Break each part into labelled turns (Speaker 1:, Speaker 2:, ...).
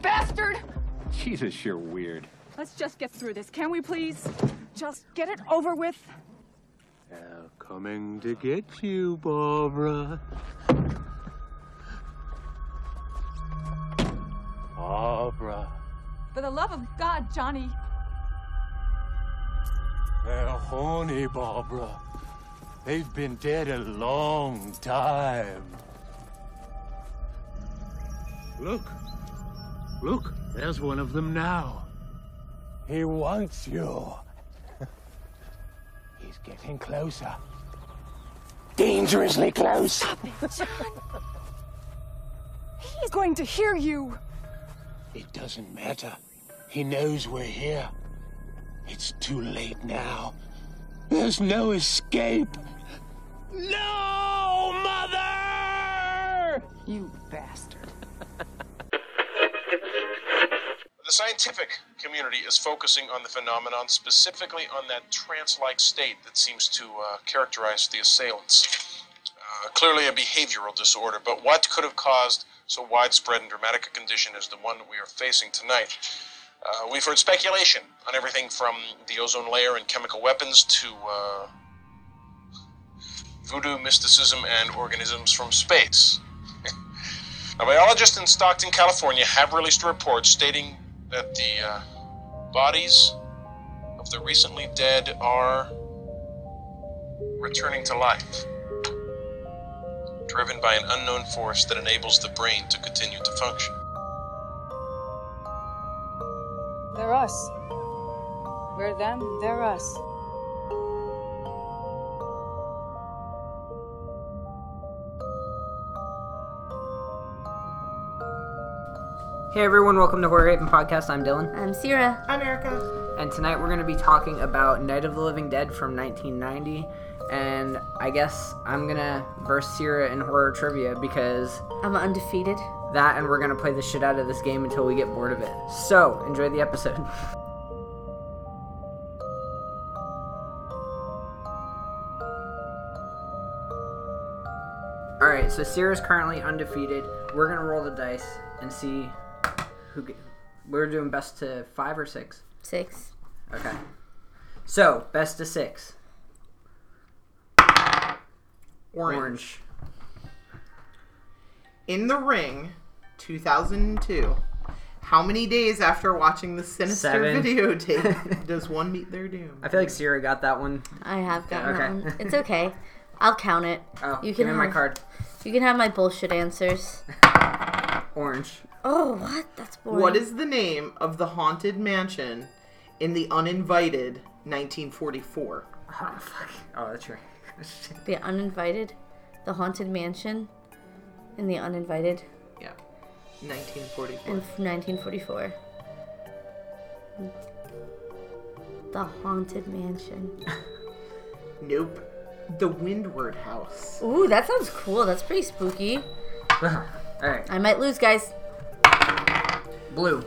Speaker 1: bastard!
Speaker 2: Jesus, you're weird.
Speaker 1: Let's just get through this, can we please? Just get it over with.
Speaker 3: They're coming to get you, Barbara. Barbara.
Speaker 1: For the love of God, Johnny.
Speaker 3: They're horny, Barbara. They've been dead a long time. Look. Look, there's one of them now. He wants you. He's getting closer. Dangerously close.
Speaker 1: Stop it, John. He's going to hear you.
Speaker 3: It doesn't matter. He knows we're here. It's too late now. There's no escape. No, Mother!
Speaker 1: You bastard.
Speaker 4: The scientific community is focusing on the phenomenon specifically on that trance like state that seems to uh, characterize the assailants. Uh, clearly a behavioral disorder, but what could have caused so widespread and dramatic a condition as the one we are facing tonight? Uh, we've heard speculation on everything from the ozone layer and chemical weapons to uh, voodoo mysticism and organisms from space. Now, biologists in Stockton, California have released a report stating that the uh, bodies of the recently dead are returning to life, driven by an unknown force that enables the brain to continue to function.
Speaker 5: They're us. We're them, they're us.
Speaker 6: Hey everyone, welcome to Horror Haven Podcast. I'm Dylan,
Speaker 7: I'm Sierra.
Speaker 6: and tonight we're going to be talking about Night of the Living Dead from 1990. And I guess I'm going to verse Sierra in horror trivia because
Speaker 7: I'm undefeated.
Speaker 6: that, and we're going to play the shit out of this game until we get bored of it. So, enjoy the episode. Alright, so Sierra's currently undefeated. We're going to roll the dice and see who. Get, we're doing best to five or six.
Speaker 7: Six.
Speaker 6: Okay. So, best of six. Orange.
Speaker 8: In the Ring, 2002. How many days after watching the sinister
Speaker 6: Seven.
Speaker 8: videotape does one meet their doom?
Speaker 6: I feel like Sierra got that one.
Speaker 7: I have gotten
Speaker 6: Yeah, okay.
Speaker 7: that one. It's okay. I'll count it.
Speaker 6: Oh,
Speaker 7: you
Speaker 6: give
Speaker 7: can
Speaker 6: me
Speaker 7: have
Speaker 6: my card.
Speaker 7: You can have my bullshit answers.
Speaker 6: Orange.
Speaker 7: Oh, what? That's boring.
Speaker 8: What is the name of the haunted mansion in The Uninvited, 1944?
Speaker 6: Oh, fuck. Oh, that's right.
Speaker 7: the uninvited? The haunted mansion, in the uninvited
Speaker 8: Yeah. 1944.
Speaker 7: in 1944. The haunted mansion.
Speaker 8: Nope. The Windward House.
Speaker 7: Ooh, that sounds cool. That's pretty spooky.
Speaker 6: Alright.
Speaker 7: I might lose, guys.
Speaker 6: Blue.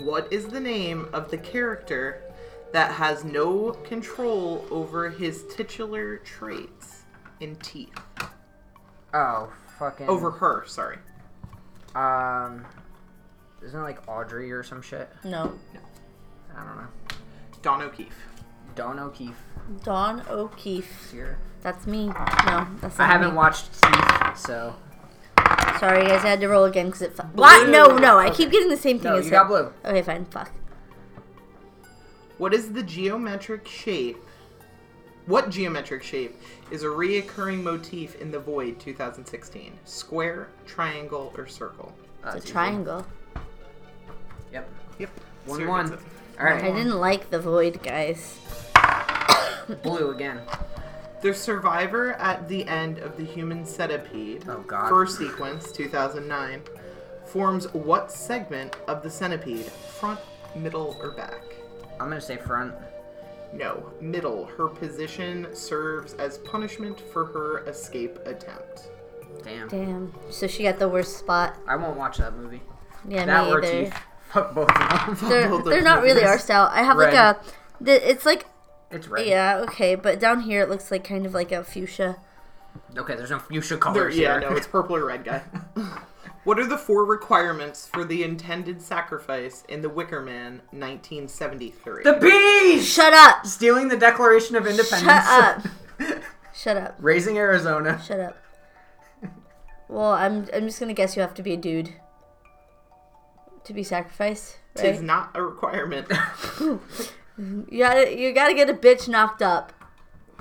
Speaker 8: What is the name of the character that has no control over his titular traits and teeth?
Speaker 6: Oh, fucking.
Speaker 8: Over her, sorry.
Speaker 6: Um. Isn't it like Audrey or some shit?
Speaker 7: No.
Speaker 6: I don't know.
Speaker 8: Don O'Keefe.
Speaker 6: Dawn O'Keefe.
Speaker 7: Dawn O'Keefe.
Speaker 6: Sierra.
Speaker 7: That's me. No, that's not
Speaker 6: I haven't
Speaker 7: me.
Speaker 6: watched Teeth, so.
Speaker 7: Sorry, guys, I had to roll again because it. Fu- what? No, no, I keep getting the same thing
Speaker 6: No,
Speaker 7: as
Speaker 6: you
Speaker 7: her.
Speaker 6: got blue. Ah,
Speaker 7: Okay, fine. Fuck.
Speaker 8: What is the geometric shape? What geometric shape is a reoccurring motif in The Void 2016? Square, triangle, or circle?
Speaker 6: Uh,
Speaker 7: It's
Speaker 6: easy.
Speaker 7: a triangle.
Speaker 6: Yep.
Speaker 8: Yep.
Speaker 6: One
Speaker 8: Sierra
Speaker 6: one.
Speaker 8: gets it.
Speaker 7: I
Speaker 6: Alright.
Speaker 7: didn't like the void, guys.
Speaker 6: Blue again.
Speaker 8: The survivor at the end of the human centipede,
Speaker 6: Oh, God.
Speaker 8: first sequence 2009, forms what segment of the centipede? Front, middle, or back?
Speaker 6: I'm gonna say front.
Speaker 8: No, middle. Her position serves as punishment for her escape attempt.
Speaker 6: Damn.
Speaker 7: Damn. So she got the worst spot.
Speaker 6: I won't watch that movie.
Speaker 7: Yeah,
Speaker 6: that
Speaker 7: me
Speaker 6: or
Speaker 7: either.
Speaker 6: Teeth. Fuck both of them.
Speaker 7: They're,
Speaker 8: Both of
Speaker 7: they're not really
Speaker 8: those.
Speaker 7: our style. I have like
Speaker 6: Red.
Speaker 7: a. The, it's like
Speaker 6: It's red.
Speaker 7: yeah okay, but down here it looks like kind of like a fuchsia.
Speaker 6: Okay, there's no fuchsia colors
Speaker 8: There- yeah,
Speaker 6: here.
Speaker 8: no, it's purple or red guy. what are the four requirements for the intended sacrifice in The Wicker Man 1973?
Speaker 6: the bees
Speaker 7: Shut up!
Speaker 6: stealing the Declaration of Independence,
Speaker 7: Shut up! Shut up.
Speaker 6: raising Arizona.
Speaker 7: Shut up. Well, I'm I'm just gonna guess you have to be a dude to be sacrificed, right?
Speaker 8: It's not a requirement.
Speaker 7: You gotta you gotta get a bitch knocked up,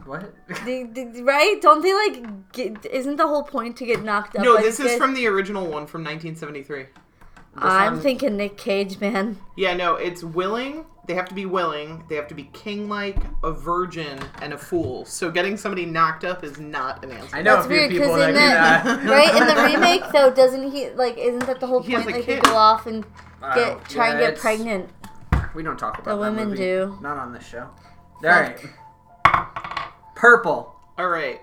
Speaker 6: What?
Speaker 7: They- they- right? Don't they like? Get, isn't the whole point to get knocked up?
Speaker 8: no,
Speaker 7: like
Speaker 8: this is
Speaker 7: this?
Speaker 8: from the original one from 1973.
Speaker 7: I'm
Speaker 6: one-
Speaker 7: thinking Nick Cage, man.
Speaker 8: Yeah, no, it's willing. They have to be willing. They have to be king-like, a virgin, and a fool. So getting somebody knocked up is not an answer.
Speaker 6: I know
Speaker 7: That's
Speaker 6: a few
Speaker 7: weird, 'cause
Speaker 6: people that
Speaker 7: in
Speaker 6: do
Speaker 7: that-
Speaker 6: that.
Speaker 7: Right in the remake though, doesn't he like? Isn't that the whole
Speaker 8: He has
Speaker 7: point?
Speaker 8: a
Speaker 7: Like
Speaker 8: kid.
Speaker 7: they go off and
Speaker 6: Oh,
Speaker 7: get try
Speaker 6: yeah,
Speaker 7: and get
Speaker 6: it's-
Speaker 7: pregnant.
Speaker 6: We don't talk about
Speaker 7: The
Speaker 6: that
Speaker 7: women
Speaker 6: movie.
Speaker 7: do.
Speaker 6: Not on this show. All right. Purple.
Speaker 8: All right.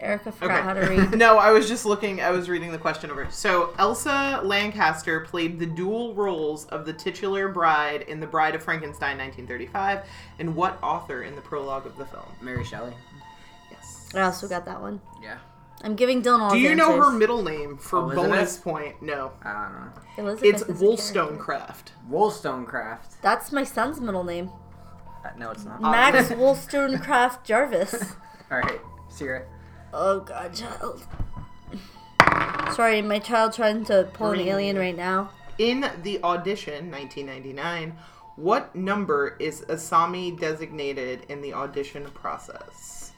Speaker 7: Erica forgot how to
Speaker 8: Okay.
Speaker 7: read.
Speaker 8: no, I was just looking. I was reading the question over. So Elsa Lancaster played the dual roles of the titular bride in *The Bride of Frankenstein* (1935) and what author in the prologue of the film?
Speaker 6: Mary Shelley.
Speaker 8: Yes.
Speaker 7: I also got that one.
Speaker 6: Yeah.
Speaker 7: I'm giving Dylan all.
Speaker 8: Do
Speaker 7: the
Speaker 8: you know her
Speaker 7: answers.
Speaker 8: middle name for
Speaker 6: Elizabeth?
Speaker 8: bonus point? No,
Speaker 6: I don't know.
Speaker 7: Elizabeth is
Speaker 8: it's
Speaker 7: a character.
Speaker 8: Wollstonecraft.
Speaker 6: Wollstonecraft.
Speaker 7: That's my son's middle name.
Speaker 6: Uh, no, it's not.
Speaker 7: Max Wollstonecraft Jarvis.
Speaker 6: All right. Sierra.
Speaker 7: Oh god, child. Sorry, my child trying to pull an alien right now.
Speaker 8: In the audition, 1999, what number is Asami designated in the audition process?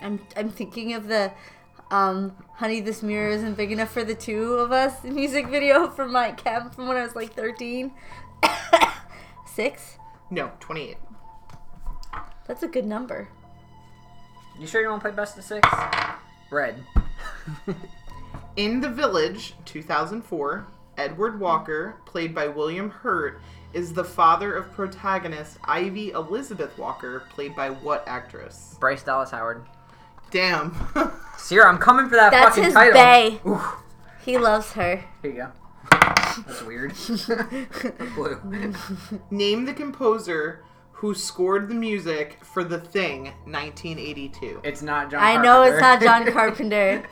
Speaker 7: I'm I'm thinking of the um Honey This Mirror Isn't Big Enough for the Two of Us music video from my camp from when I was like thirteen. Six?
Speaker 8: No, 28.
Speaker 7: That's a good number.
Speaker 6: You sure you want to play best of six? Red.
Speaker 8: In The Village, 2004, Edward Walker, played by William Hurt, is the father of protagonist Ivy Elizabeth Walker, played by what actress?
Speaker 6: Bryce Dallas Howard.
Speaker 8: Damn.
Speaker 6: Sierra, I'm coming for that
Speaker 7: That's
Speaker 6: fucking
Speaker 7: his
Speaker 6: title.
Speaker 7: bae.
Speaker 6: Oof.
Speaker 7: He loves her.
Speaker 6: Here you go. That's weird. Blue.
Speaker 8: Name the composer who scored the music for The Thing, 1982.
Speaker 6: It's not John.
Speaker 7: I know it's not
Speaker 6: Carpenter.
Speaker 7: John Carpenter.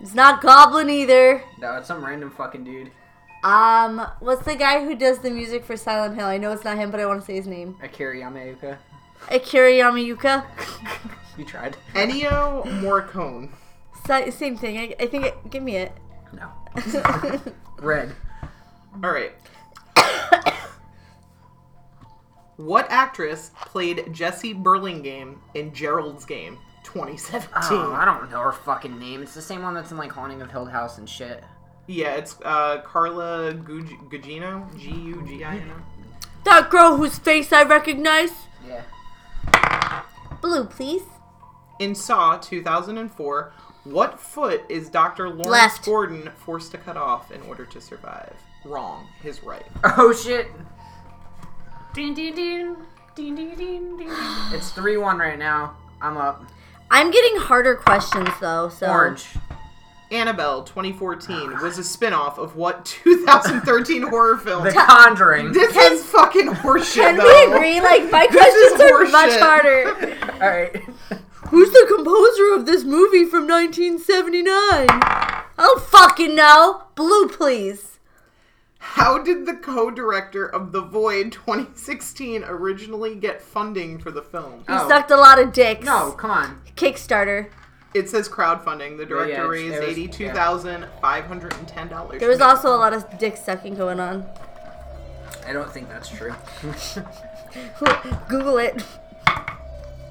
Speaker 7: It's not Goblin either.
Speaker 6: no, it's some random fucking dude.
Speaker 7: Um, what's the guy who does the music for Silent Hill? I know it's not him, but I want to say his name.
Speaker 6: Akira Yamaoka.
Speaker 7: Akira Yamayuka.
Speaker 6: You tried.
Speaker 8: Ennio Morricone.
Speaker 7: Si- same thing. I, I think. It, give me it.
Speaker 6: No. Red.
Speaker 8: All right. what actress played Jessie Burlingame in Gerald's Game 2017?
Speaker 6: Oh, I don't know her fucking name. It's the same one that's in like Haunting of Hill House and shit.
Speaker 8: Yeah, it's uh, Carla Gug- Gugino. G U G I N O.
Speaker 7: That girl whose face I recognize.
Speaker 6: Yeah.
Speaker 7: Blue, please.
Speaker 8: In Saw 2004, what foot is Dr. Lawrence
Speaker 7: Left.
Speaker 8: Gordon forced to cut off in order to survive? Wrong. His right.
Speaker 6: Oh shit. It's three one right now. I'm up.
Speaker 7: I'm getting harder questions though. So
Speaker 6: Orange.
Speaker 8: Annabelle 2014 was a spin off of what 2013 horror film?
Speaker 6: The Conjuring.
Speaker 8: this is fucking horseshit,
Speaker 7: Can
Speaker 8: though.
Speaker 7: we agree? Like my
Speaker 8: is
Speaker 7: questions are much
Speaker 8: horseshit.
Speaker 7: harder.
Speaker 6: All right.
Speaker 7: Who's the composer of this movie from 1979? Oh fucking no. Blue, please.
Speaker 8: How did the co-director of The Void 2016 originally get funding for the film?
Speaker 7: You
Speaker 6: Oh.
Speaker 7: sucked a lot of dicks.
Speaker 6: No, Oh, come on.
Speaker 7: Kickstarter.
Speaker 8: It says crowdfunding. The director
Speaker 6: Yeah, yeah, it's-
Speaker 8: raised
Speaker 6: it was-
Speaker 8: eighty-two thousand five hundred and ten dollars.
Speaker 7: There was also a lot of dick sucking going on.
Speaker 6: I don't think that's true.
Speaker 7: Google it.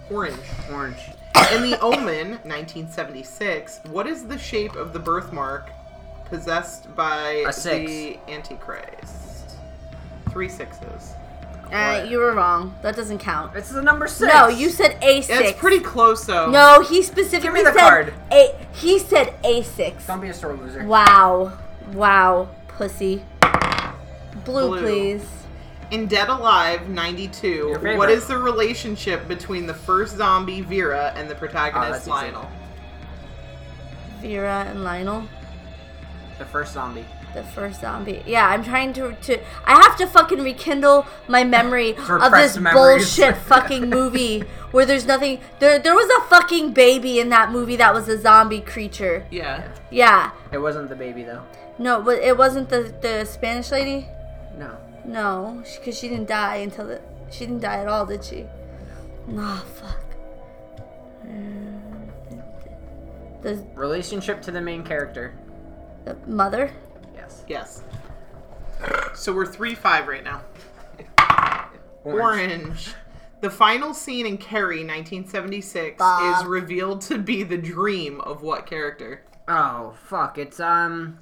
Speaker 8: orange.
Speaker 6: Orange.
Speaker 8: In The Omen, 1976, what is the shape of the birthmark possessed by
Speaker 6: A six.
Speaker 8: the Antichrist? Three sixes.
Speaker 7: Uh, you were wrong. That doesn't count.
Speaker 6: This is the number six.
Speaker 7: No, you said A6.
Speaker 8: That's pretty close, though.
Speaker 7: No, he specifically
Speaker 6: Give me the
Speaker 7: said
Speaker 6: card.
Speaker 7: A. He said A6.
Speaker 6: Don't be a sore loser.
Speaker 7: Wow, wow, pussy. Blue,
Speaker 8: Blue.
Speaker 7: please.
Speaker 8: In Dead Alive 92,
Speaker 6: favorite.
Speaker 8: what is the relationship between the first zombie, Vera, and the
Speaker 6: Oh, that's
Speaker 8: protagonist,
Speaker 6: easy.
Speaker 8: Lionel?
Speaker 7: Vera and Lionel.
Speaker 6: The first zombie.
Speaker 7: The first zombie. Yeah, I'm trying to to. I have to fucking rekindle my memory of this
Speaker 6: Repressed memories.
Speaker 7: bullshit fucking movie where there's nothing. There there was a fucking baby in that movie that was a zombie creature.
Speaker 8: Yeah.
Speaker 7: Yeah.
Speaker 6: It wasn't the baby though.
Speaker 7: No, but it wasn't the the Spanish lady.
Speaker 6: No.
Speaker 7: No, because she, didn't die until the. She didn't die at all, did she? No. fuck. Mm, The,
Speaker 6: Relationship to the main character.
Speaker 7: the mother.
Speaker 6: Yes.
Speaker 8: Yes. So we're three five right now.
Speaker 6: Orange.
Speaker 8: Orange. The final scene in Carrie 1976
Speaker 7: Bob.
Speaker 8: is revealed to be the dream of what character?
Speaker 6: Oh fuck! It's um.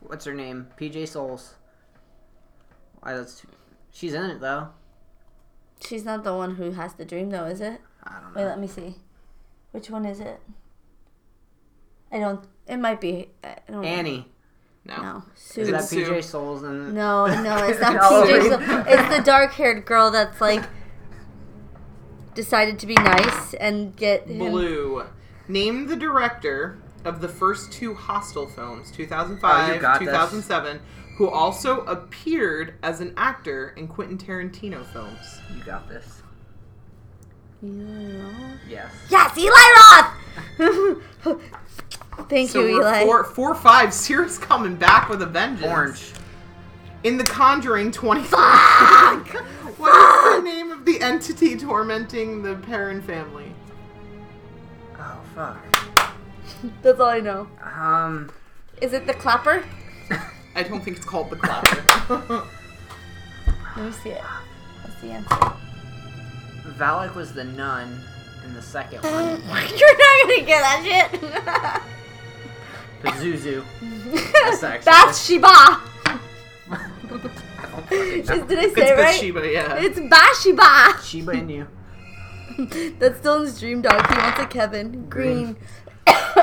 Speaker 6: What's her name? PJ Souls. Why that's. She's in it though.
Speaker 7: She's not the one who has the dream, though, is it?
Speaker 6: I don't know.
Speaker 7: Wait, let me see. Which one is it? I don't. It might be. I don't
Speaker 6: Annie.
Speaker 8: No.
Speaker 7: know. No,
Speaker 6: Is
Speaker 7: Sue.
Speaker 6: that
Speaker 8: Sue.
Speaker 6: PJ Souls? And
Speaker 7: No, no, it's not
Speaker 6: No.
Speaker 7: PJ. Sou- It's the dark-haired girl that's like decided to be nice and get him.
Speaker 8: Blue. Name the director of the first two Hostel films,
Speaker 6: Oh,
Speaker 8: 2005,
Speaker 6: you got this.
Speaker 8: 2007, who also appeared as an actor in Quentin Tarantino films.
Speaker 6: you got this. Yes.
Speaker 7: Yes, Eli Roth. Thank
Speaker 8: So
Speaker 7: you,
Speaker 8: we're
Speaker 7: Eli.
Speaker 8: four, four five. Sierra's coming back with a vengeance.
Speaker 6: Orange.
Speaker 8: In The Conjuring 25. what is the name of the entity tormenting the Perrin family?
Speaker 6: Oh fuck.
Speaker 7: That's all I know.
Speaker 6: Um.
Speaker 7: Is it the clapper?
Speaker 8: I don't think it's called The Clapper.
Speaker 7: Let me see it. That's the answer.
Speaker 6: Valak was the nun in the second one.
Speaker 7: You're not gonna get that
Speaker 6: Pazuzu.
Speaker 7: shit.
Speaker 6: That's
Speaker 7: That's Shiba. Is- Did I
Speaker 8: it's
Speaker 7: say it right?
Speaker 8: Bathsheba, yeah.
Speaker 7: It's Bashiba.
Speaker 6: Shiba Inu.
Speaker 7: That's Dylan's dream dog. He wants a Kevin. Green.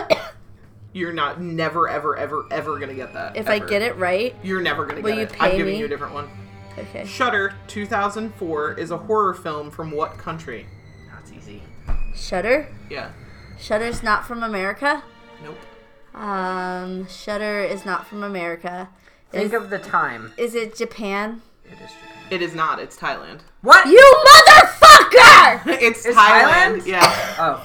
Speaker 8: You're not never, ever, ever, ever gonna get that.
Speaker 7: If I
Speaker 8: ever.
Speaker 7: get it right.
Speaker 8: You're never gonna
Speaker 7: Will
Speaker 8: get
Speaker 7: you
Speaker 8: it. I'm
Speaker 7: pay
Speaker 8: giving
Speaker 7: me?
Speaker 8: you a different one.
Speaker 7: Okay.
Speaker 8: Shudder 2004 is a horror film from what country?
Speaker 6: That's easy.
Speaker 7: Shutter.
Speaker 8: Yeah.
Speaker 7: Shutter's not from America.
Speaker 8: Nope.
Speaker 7: Um, Shutter is not from America.
Speaker 6: Think
Speaker 7: Is,
Speaker 6: of the time.
Speaker 7: is it Japan?
Speaker 6: It is Japan.
Speaker 8: It is not. It's Thailand.
Speaker 6: What?
Speaker 7: You motherfucker!
Speaker 8: It's,
Speaker 6: It's
Speaker 8: Thailand.
Speaker 6: Thailand?
Speaker 8: Yeah.
Speaker 6: Oh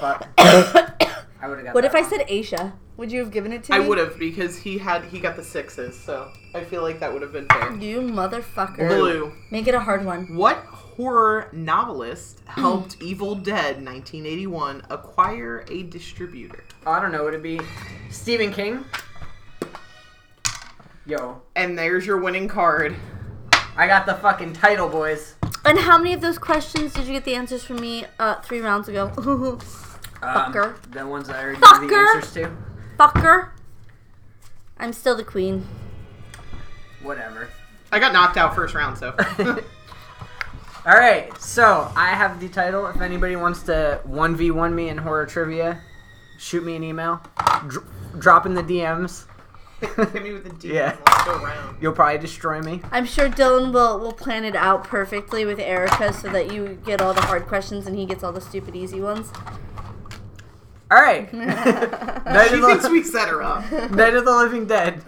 Speaker 6: fuck. I would have got.
Speaker 7: What
Speaker 6: that
Speaker 7: if I
Speaker 6: wrong.
Speaker 7: said Asia? Would you have given it to
Speaker 8: I
Speaker 7: me?
Speaker 8: would have because he had he got the sixes, so I feel like that would have been fair.
Speaker 7: You motherfucker.
Speaker 8: Blue.
Speaker 7: Make it a hard one.
Speaker 8: What horror novelist helped Evil Dead 1981 acquire a distributor?
Speaker 6: I don't know. Would it be Stephen King? Yo,
Speaker 8: And there's your winning card.
Speaker 6: I got the fucking title, boys.
Speaker 7: And how many of those questions did you get the answers from me uh, three rounds ago?
Speaker 6: Um,
Speaker 7: Fucker.
Speaker 6: The ones I already gave the
Speaker 7: Fucker.
Speaker 6: answers to.
Speaker 7: Fucker. I'm still the queen.
Speaker 6: Whatever.
Speaker 8: I got knocked out first round, so
Speaker 6: All right, so I have the title. If anybody wants to one v one me in horror trivia, shoot me an email. Dr- drop in the DMs.
Speaker 8: hit me with a D.
Speaker 6: Yeah.
Speaker 8: Let's go round.
Speaker 6: You'll probably destroy me.
Speaker 7: I'm sure Dylan will, will plan it out perfectly with Erica so that you get all the hard questions and he gets all the stupid easy ones.
Speaker 6: All right. Night
Speaker 8: She
Speaker 6: of the-
Speaker 8: thinks we set her up.
Speaker 6: Night of the Living Dead.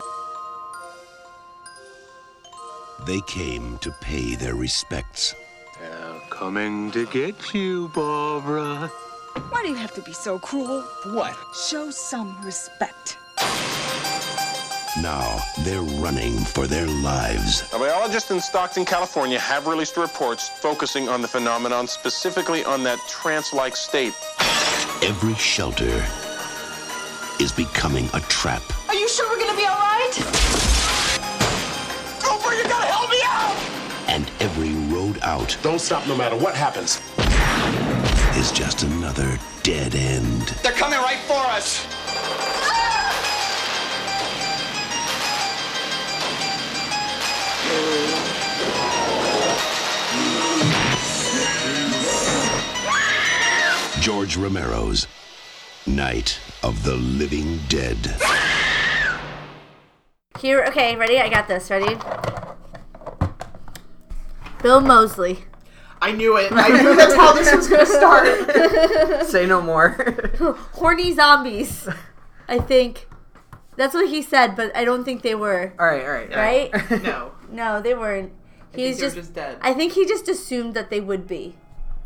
Speaker 9: They came to pay their respects.
Speaker 3: They're coming to get you, Barbara.
Speaker 1: Why do you have to be so cruel?
Speaker 3: What?
Speaker 1: Show some respect.
Speaker 9: Now they're running for their lives.
Speaker 4: A biologist in Stockton, California have released reports focusing on the phenomenon, specifically on that trance like state.
Speaker 9: Every shelter is becoming a trap.
Speaker 10: Are you sure we're gonna be alright?
Speaker 4: Cooper, you gotta help me out!
Speaker 9: And every road out
Speaker 11: Don't stop no matter what happens.
Speaker 9: is just another dead end.
Speaker 4: They're coming right for us!
Speaker 9: George Romero's Night of the Living Dead.
Speaker 7: Here, okay, ready? I got this. Ready? Bill Mosley.
Speaker 8: I knew it. I knew that's how this was gonna start.
Speaker 6: Say no more.
Speaker 7: Horny zombies. I think. That's what he said, but I don't think they were.
Speaker 6: All right, all right.
Speaker 7: Right?
Speaker 8: No.
Speaker 7: no, they weren't. He's
Speaker 8: think they were
Speaker 7: just,
Speaker 8: just dead.
Speaker 7: I think he just assumed that they would be.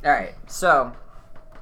Speaker 6: All right. So,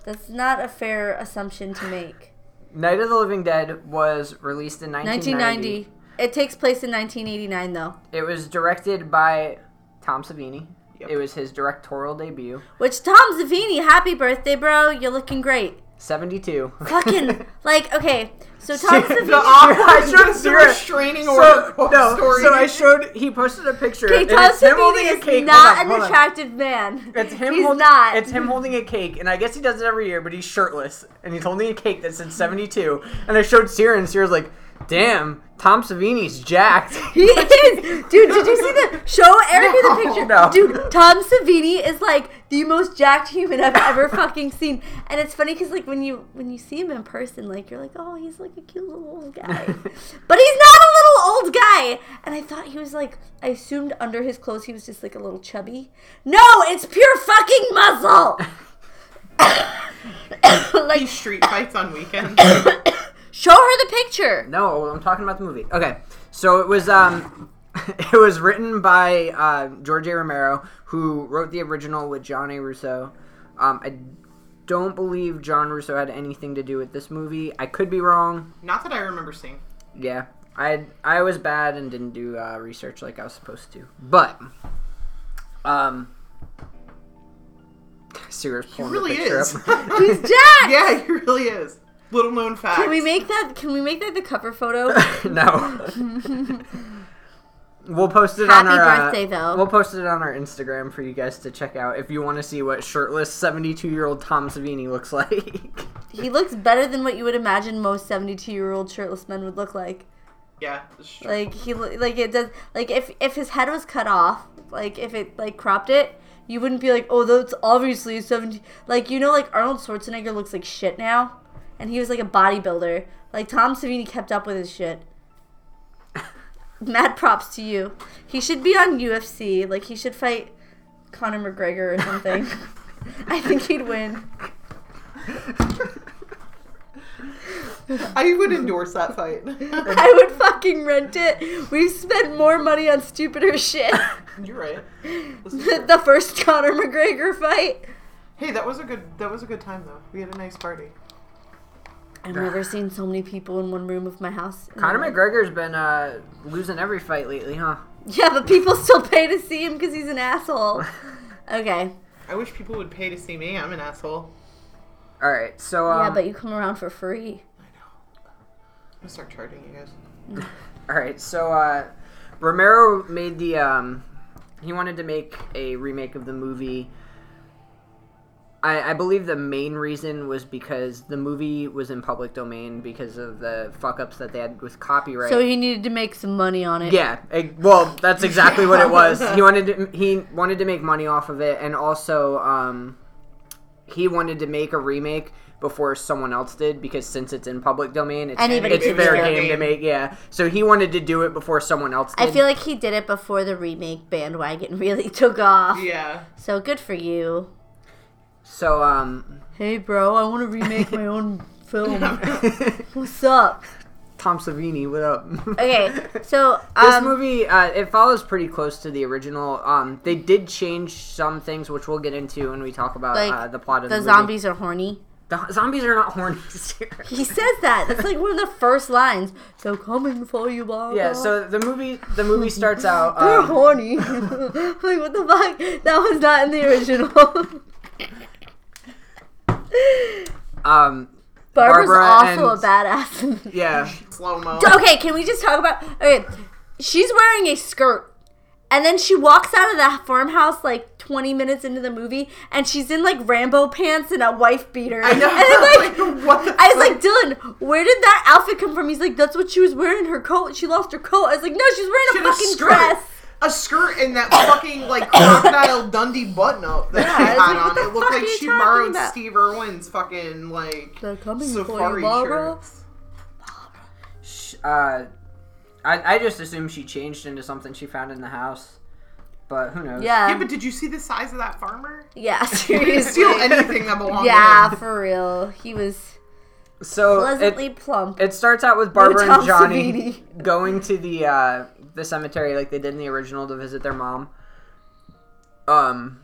Speaker 7: That's not a fair assumption to make.
Speaker 6: Night of the Living Dead was released in 1990.
Speaker 7: 1990. It takes place in 1989, though,
Speaker 6: It was directed by Tom Savini. It was his directorial debut.
Speaker 7: which Tom Savini, happy birthday, bro! You're looking great.
Speaker 6: 72.
Speaker 7: Fucking like okay, so Tom Savini.
Speaker 6: I showed
Speaker 8: That's the
Speaker 6: Sarah-
Speaker 8: restraining
Speaker 6: So,
Speaker 8: order
Speaker 6: no,
Speaker 8: story.
Speaker 6: so I showed. He posted a picture.
Speaker 7: Okay,
Speaker 6: and
Speaker 7: Tom
Speaker 6: it's him holding
Speaker 7: Savini
Speaker 6: a
Speaker 7: is
Speaker 6: cake. Hold on,
Speaker 7: not
Speaker 6: hold
Speaker 7: an
Speaker 6: on.
Speaker 7: attractive man.
Speaker 6: It's him.
Speaker 7: He's
Speaker 6: holding,
Speaker 7: not.
Speaker 6: It's him holding a cake, and I guess he does it every year. But he's shirtless, and he's holding a cake that said seventy-two. And I showed Sierra, and Sierra's like, "Damn, Tom Savini's jacked."
Speaker 7: He is, dude. Did you see the show Erica the picture?
Speaker 6: No.
Speaker 7: Dude, Tom Savini is like the most jacked human I've ever fucking seen, and it's funny because like when you when you see him in person, like you're like, oh, he's like a cute little old guy, but he's not a little old guy. And I thought he was like, I assumed under his clothes he was just like a little chubby. No, it's pure fucking muscle.
Speaker 8: These
Speaker 7: like,
Speaker 8: street fights on weekends.
Speaker 7: show her the picture.
Speaker 6: no, I'm talking about the movie. Okay, so it was um, it was written by uh, George A. Romero, who wrote the original with John A. Russo. Um, I don't believe John Russo had anything to do with this movie. I could be wrong.
Speaker 8: Not that I remember seeing.
Speaker 6: Yeah, I I was bad and didn't do uh, research like I was supposed to. But, um, Sarah's pulling the
Speaker 8: Really
Speaker 6: picture
Speaker 8: is.
Speaker 6: up.
Speaker 7: He's jacked.
Speaker 8: yeah, he really is. Little known fact.
Speaker 7: Can we make that? Can we make that the cover photo?
Speaker 6: no. We'll post it on
Speaker 7: Happy
Speaker 6: our uh,
Speaker 7: birthday, though.
Speaker 6: We'll post it on our Instagram for you guys to check out if you want to see what shirtless seventy-two-year-old Tom Savini looks like.
Speaker 7: He looks better than what you would imagine most 72 year old shirtless men would look like.
Speaker 8: yeah, it's true.
Speaker 7: Like he lo- like it does like if if his head was cut off, like if it like cropped it, you wouldn't be like, "Oh, that's obviously 70 like you know like Arnold Schwarzenegger looks like shit now and he was like a bodybuilder. Like Tom Savini kept up with his shit. Mad props to you. He should be on UFC. Like he should fight Conor McGregor or something. I think he'd win.
Speaker 8: I would endorse that fight.
Speaker 7: I would fucking rent it. We've spent more money on stupider shit
Speaker 8: You're right. This is
Speaker 7: than the first Conor McGregor fight.
Speaker 8: Hey, that was a good that was a good time though. We had a nice party.
Speaker 7: I've never seen so many people in one room of my house.
Speaker 6: Conor McGregor's been uh, losing every fight lately, huh?
Speaker 7: Yeah, but people still pay to see him because he's an asshole. Okay.
Speaker 8: I wish people would pay to see me. I'm an asshole.
Speaker 6: All right, so um,
Speaker 7: Yeah, but you come around for free.
Speaker 8: I'm gonna start charging you guys.
Speaker 6: All right, so uh, Romero made the um, he wanted to make a remake of the movie. I, I believe the main reason was because the movie was in public domain because of the fuck ups that they had with copyright.
Speaker 7: So he needed to make some money on it.
Speaker 6: yeah, eh, well, that's exactly what it was. He wanted to, he wanted to make money off of it, and also um, he wanted to make a remake before someone else did because since it's in public domain, it's,
Speaker 7: Anybody
Speaker 6: it's
Speaker 7: can
Speaker 6: fair
Speaker 7: do it.
Speaker 6: game to make. Yeah, so he wanted to do it before someone else. did.
Speaker 7: I feel like he did it before the remake bandwagon really took off.
Speaker 8: Yeah.
Speaker 7: So good for you.
Speaker 6: So, um,
Speaker 7: Hey, bro, I want to remake my own film. What's up?
Speaker 6: Tom Savini, what up?
Speaker 7: Okay, so
Speaker 6: this
Speaker 7: um,
Speaker 6: movie uh, it follows pretty close to the original. Um, they did change some things, which we'll get into when we talk about
Speaker 7: Like,
Speaker 6: uh, the plot of the,
Speaker 7: the
Speaker 6: movie.
Speaker 7: zombies are horny.
Speaker 6: The zombies are not horny. Sarah.
Speaker 7: He says that. That's like one of the first lines. They're coming for you, Bob.
Speaker 6: yeah. So the movie the movie starts out.
Speaker 7: they're
Speaker 6: Um,
Speaker 7: horny. like what the fuck? That was not in the original. Barbara's
Speaker 6: um, Barbara
Speaker 7: also
Speaker 6: and-
Speaker 7: a badass. in this.
Speaker 6: yeah.
Speaker 8: Slow mo.
Speaker 7: okay, can we just talk about? Okay, she's wearing a skirt, and then she walks out of that farmhouse like 20 minutes into the movie, and she's in like Rambo pants and a wife beater. I
Speaker 8: know.
Speaker 7: And it's like,
Speaker 8: What the
Speaker 7: I was like, Dylan, where did that outfit come from? He's like, that's what she was wearing. Her coat. She lost her coat. I was like, no, she's wearing
Speaker 8: She
Speaker 7: a
Speaker 8: had a
Speaker 7: fucking
Speaker 8: skirt.
Speaker 7: dress.
Speaker 8: A skirt and that fucking like crocodile Dundee button up that
Speaker 7: Yeah,
Speaker 8: she
Speaker 7: it's
Speaker 8: had
Speaker 7: like, what
Speaker 8: on.
Speaker 7: the
Speaker 8: It looked
Speaker 7: fuck
Speaker 8: like
Speaker 7: are you
Speaker 8: she
Speaker 7: talking
Speaker 8: borrowed
Speaker 7: about?
Speaker 8: Steve Irwin's fucking like
Speaker 7: They're coming for you,
Speaker 8: safari
Speaker 7: Barbara.
Speaker 8: shirts.
Speaker 6: Sh- Uh, I I just assume she changed into something she found in the house, but who knows?
Speaker 8: Yeah,
Speaker 7: Yeah.
Speaker 8: but did you see the size of that farmer?
Speaker 7: Yeah.
Speaker 8: He didn't
Speaker 7: Seriously.
Speaker 8: steal anything that belonged to
Speaker 7: yeah,
Speaker 8: him.
Speaker 7: for real. He was.
Speaker 6: So
Speaker 7: Pleasantly
Speaker 6: it,
Speaker 7: plump.
Speaker 6: it starts out with Barbara
Speaker 7: Tom
Speaker 6: and Johnny
Speaker 7: Savini.
Speaker 6: going to the uh, the cemetery like they did in the original to visit their mom. Um,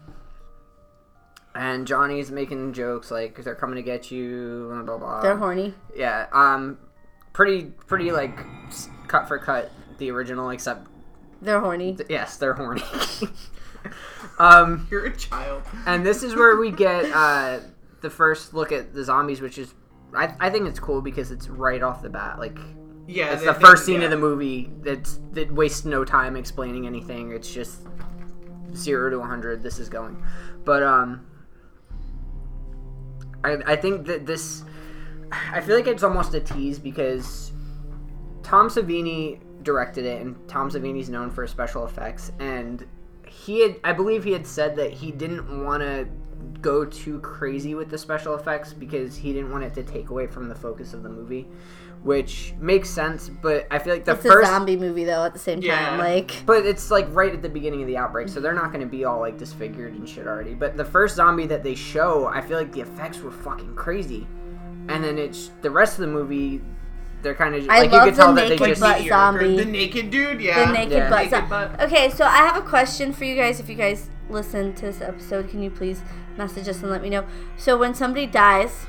Speaker 6: and Johnny's making jokes like they're coming to get you, blah blah blah.
Speaker 7: They're horny.
Speaker 6: Yeah. Um, pretty pretty like s- cut for cut the original, except
Speaker 7: They're horny.
Speaker 6: yes, they're horny. um,
Speaker 8: You're a child.
Speaker 6: and this is where we get uh, the first look at the zombies, which is I, I think it's cool because it's right off the bat. Like
Speaker 8: Yeah,
Speaker 6: it's the first scene of the movie that's that wastes no time explaining anything. It's just zero to 100. This is going, but um, I I think that this I feel like it's almost a tease because Tom Savini directed it, and Tom Savini's known for special effects. And he had, I believe, he had said that he didn't want to go too crazy with the special effects because he didn't want it to take away from the focus of the movie, which makes sense. But I feel like the
Speaker 7: It's a
Speaker 6: first,
Speaker 7: zombie movie though. At the same time,
Speaker 8: Yeah.
Speaker 7: like
Speaker 6: but it's like right at the beginning of the outbreak, so they're not going to be all like disfigured and shit already. But the first zombie that they show, I feel like the effects were fucking crazy, and then it's the rest of the movie. They're kind of
Speaker 7: I
Speaker 6: like
Speaker 7: love
Speaker 6: you can tell
Speaker 7: the
Speaker 6: that they
Speaker 7: naked
Speaker 6: just
Speaker 7: butt
Speaker 8: Meteor.
Speaker 7: zombie.
Speaker 8: The naked dude, yeah.
Speaker 7: the naked
Speaker 6: Yeah.
Speaker 7: butt.
Speaker 8: Naked
Speaker 7: So-
Speaker 8: butt.
Speaker 7: Okay, so I have a question for you guys. If you guys listen to this episode, can you please message us and let me know? So when somebody dies,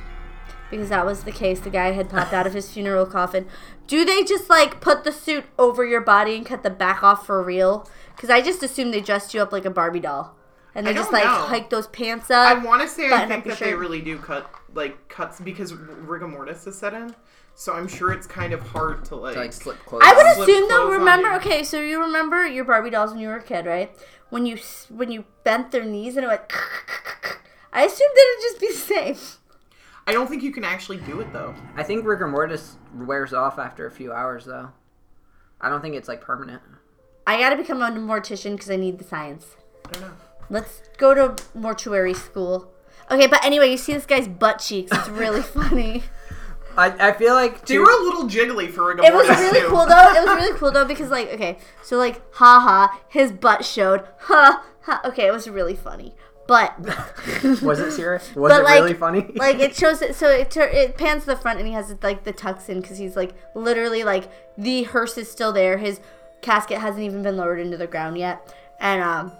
Speaker 7: because that was the case, the guy had popped out of his funeral coffin. Do they just like put the suit over your body and cut the back off for real? Because I just assumed they dressed you up like a Barbie doll, and they
Speaker 8: I
Speaker 7: just
Speaker 8: don't
Speaker 7: like
Speaker 8: know.
Speaker 7: hike those pants
Speaker 8: I
Speaker 7: up.
Speaker 8: want to say I
Speaker 7: Button
Speaker 8: think
Speaker 7: up your
Speaker 8: that they
Speaker 7: shirt.
Speaker 8: really do cut like cuts because rigor mortis is set in, so I'm sure it's kind of hard to like.
Speaker 6: like slip close.
Speaker 7: I would
Speaker 8: slip
Speaker 7: assume though.
Speaker 8: clothes on
Speaker 7: Remember,
Speaker 8: you.
Speaker 7: okay, so you remember your Barbie dolls when you were a kid, right? When you s- when you bent their knees and it went. I assumed that it'd just be the same.
Speaker 8: I don't think you can actually do it though.
Speaker 6: I think rigor mortis wears off after a few hours, though. I don't think it's like permanent.
Speaker 7: I gotta become a mortician because I need the science.
Speaker 8: I don't know.
Speaker 7: Let's go to mortuary school. Okay, but anyway, you see this guy's butt cheeks. It's really funny.
Speaker 6: I, I feel like
Speaker 8: They
Speaker 6: too-
Speaker 8: were a little jiggly for rigor
Speaker 7: It was
Speaker 8: mortis.
Speaker 7: really
Speaker 8: too.
Speaker 7: cool though. It was really cool though because like okay, so like haha, his butt showed. Ha ha. Okay, it was really funny. But
Speaker 6: was it serious? Was
Speaker 7: But,
Speaker 6: it
Speaker 7: like-
Speaker 6: really funny?
Speaker 7: like it shows it so it tur- it pans to the front and he has like the tucks in because he's like literally like the hearse is still there. His casket hasn't even been lowered into the ground yet. And um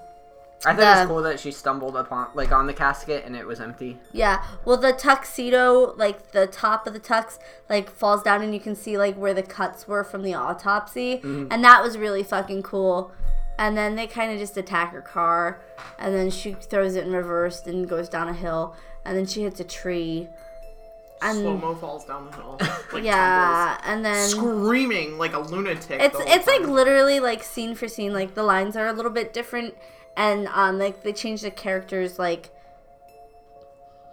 Speaker 6: I thought it
Speaker 7: the-
Speaker 6: was cool that she stumbled upon like on the casket and it was empty.
Speaker 7: Yeah. Well, the tuxedo, like the top of the tux, like falls down, and you can see like where the cuts were from the autopsy, and that was really fucking cool. And then they kind of just attack her car, and then she throws it in reverse and goes down a hill, and then she hits a tree. And
Speaker 8: Slow mo falls down the hill. Like,
Speaker 7: yeah, and then
Speaker 8: tumbles. Screaming like a lunatic.
Speaker 7: it's
Speaker 8: the whole
Speaker 7: it's like
Speaker 8: time.
Speaker 7: literally like scene for scene like the lines are a little bit different and um like they change the characters like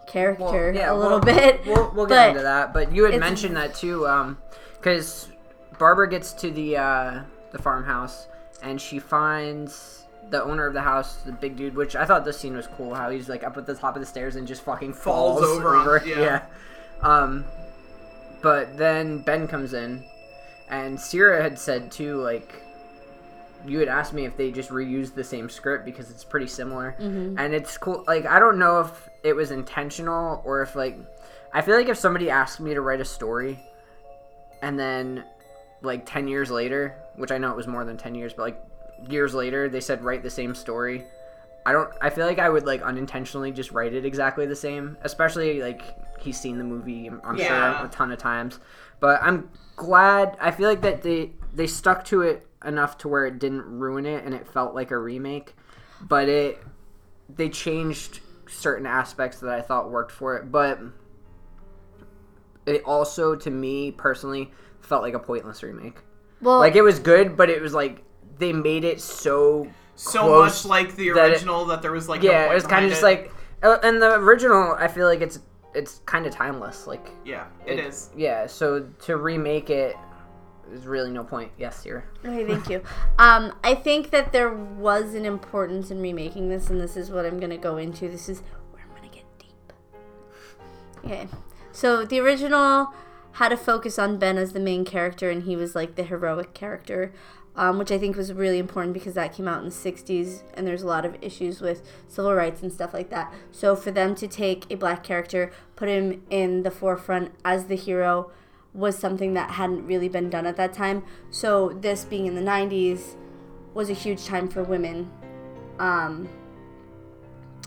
Speaker 7: character a
Speaker 6: we'll-
Speaker 7: little bit
Speaker 6: We'll, we'll
Speaker 7: but
Speaker 6: get into that. But you had
Speaker 7: it's-
Speaker 6: mentioned that too, um, because Barbara gets to the uh, the farmhouse and she finds the owner of the house, the big dude. Which I thought this scene was cool. How he's like up at the top of the stairs and just fucking falls,
Speaker 8: Falls over on-
Speaker 6: over.
Speaker 8: yeah.
Speaker 6: yeah. Um, but then Ben comes in, and Sierra had said too, like you had asked me if they just reused the same script because it's pretty similar and it's cool like i don't know if it was intentional or if like i feel like if somebody asked me to write a story and then like 10 years later which i know it was more than 10 years but like years later they said write the same story i don't i feel like i would like unintentionally just write it exactly the same especially like he's seen the movie i'm
Speaker 8: Yeah.
Speaker 6: sure a ton of times but i'm glad i feel like that they they stuck to it enough to where it didn't ruin it and it felt like a remake but it they changed certain aspects that i thought worked for it but it also to me personally felt like a pointless remake
Speaker 7: well
Speaker 6: like it was good but it was like they made it so
Speaker 8: so
Speaker 6: close
Speaker 8: much like the
Speaker 6: that it-
Speaker 8: original that, there was like no
Speaker 6: yeah
Speaker 8: point
Speaker 6: it was kind
Speaker 8: behind
Speaker 6: of just like uh, and the original i feel like it's it's kind of timeless like
Speaker 8: yeah it is.
Speaker 6: yeah so to remake it there's really no point yes you're
Speaker 7: Okay, thank you. Um, I think that there was an importance in remaking this, and this is what I'm gonna go into. This is where I'm gonna get deep. Okay, so the original had a focus on Ben as the main character, and he was like the heroic character. um, which I think was really important because that came out in the 60s and there's a lot of issues with civil rights and stuff like that. So for them to take a black character, put him in the forefront as the hero was something that hadn't really been done at that time. So this being in the 90s was a huge time for women. Um,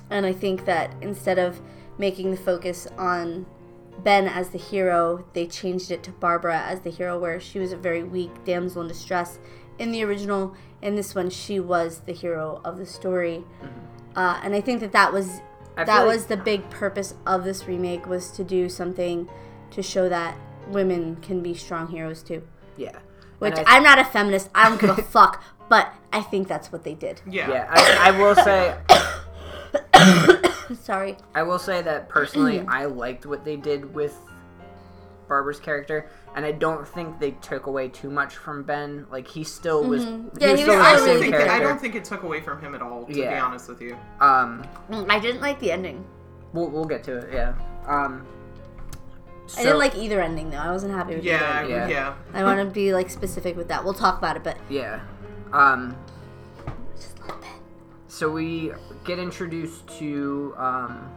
Speaker 7: and I think that instead of making the focus on Ben as the hero, they changed it to Barbara as the hero, where she was a very weak damsel in distress in the original. In this one, she was the hero of the story, uh, and I think that that was
Speaker 6: Mm-hmm. I
Speaker 7: that
Speaker 6: feel like-
Speaker 7: was the big purpose of this remake was to do something to show that women can be strong heroes too.
Speaker 6: Yeah.
Speaker 7: Which
Speaker 6: And I-
Speaker 7: I'm not a feminist. I don't give a fuck, but I think that's what they did.
Speaker 8: Yeah.
Speaker 6: Yeah, I, I will say
Speaker 7: Sorry.
Speaker 6: I will say that personally, I liked what they did with Barbara's character, and I don't think they took away too much from Ben. Like he still was,
Speaker 7: Mm-hmm. Yeah, he
Speaker 6: still
Speaker 7: was
Speaker 8: I
Speaker 6: the
Speaker 7: still
Speaker 8: don't,
Speaker 6: same
Speaker 7: really
Speaker 8: think
Speaker 7: good.
Speaker 8: it, I
Speaker 6: character.
Speaker 8: don't think it took away from him at all, to be
Speaker 6: Yeah.
Speaker 8: honest with you.
Speaker 6: um,
Speaker 7: Mm, I didn't like the ending.
Speaker 6: we'll, we'll get to it. Yeah. Um, so,
Speaker 7: I didn't like either ending though. I wasn't happy with either.
Speaker 8: Yeah, I-
Speaker 6: Yeah.
Speaker 8: yeah.
Speaker 7: I want to be like specific with that. We'll talk about it, but
Speaker 6: Yeah. Um, so we get introduced to um,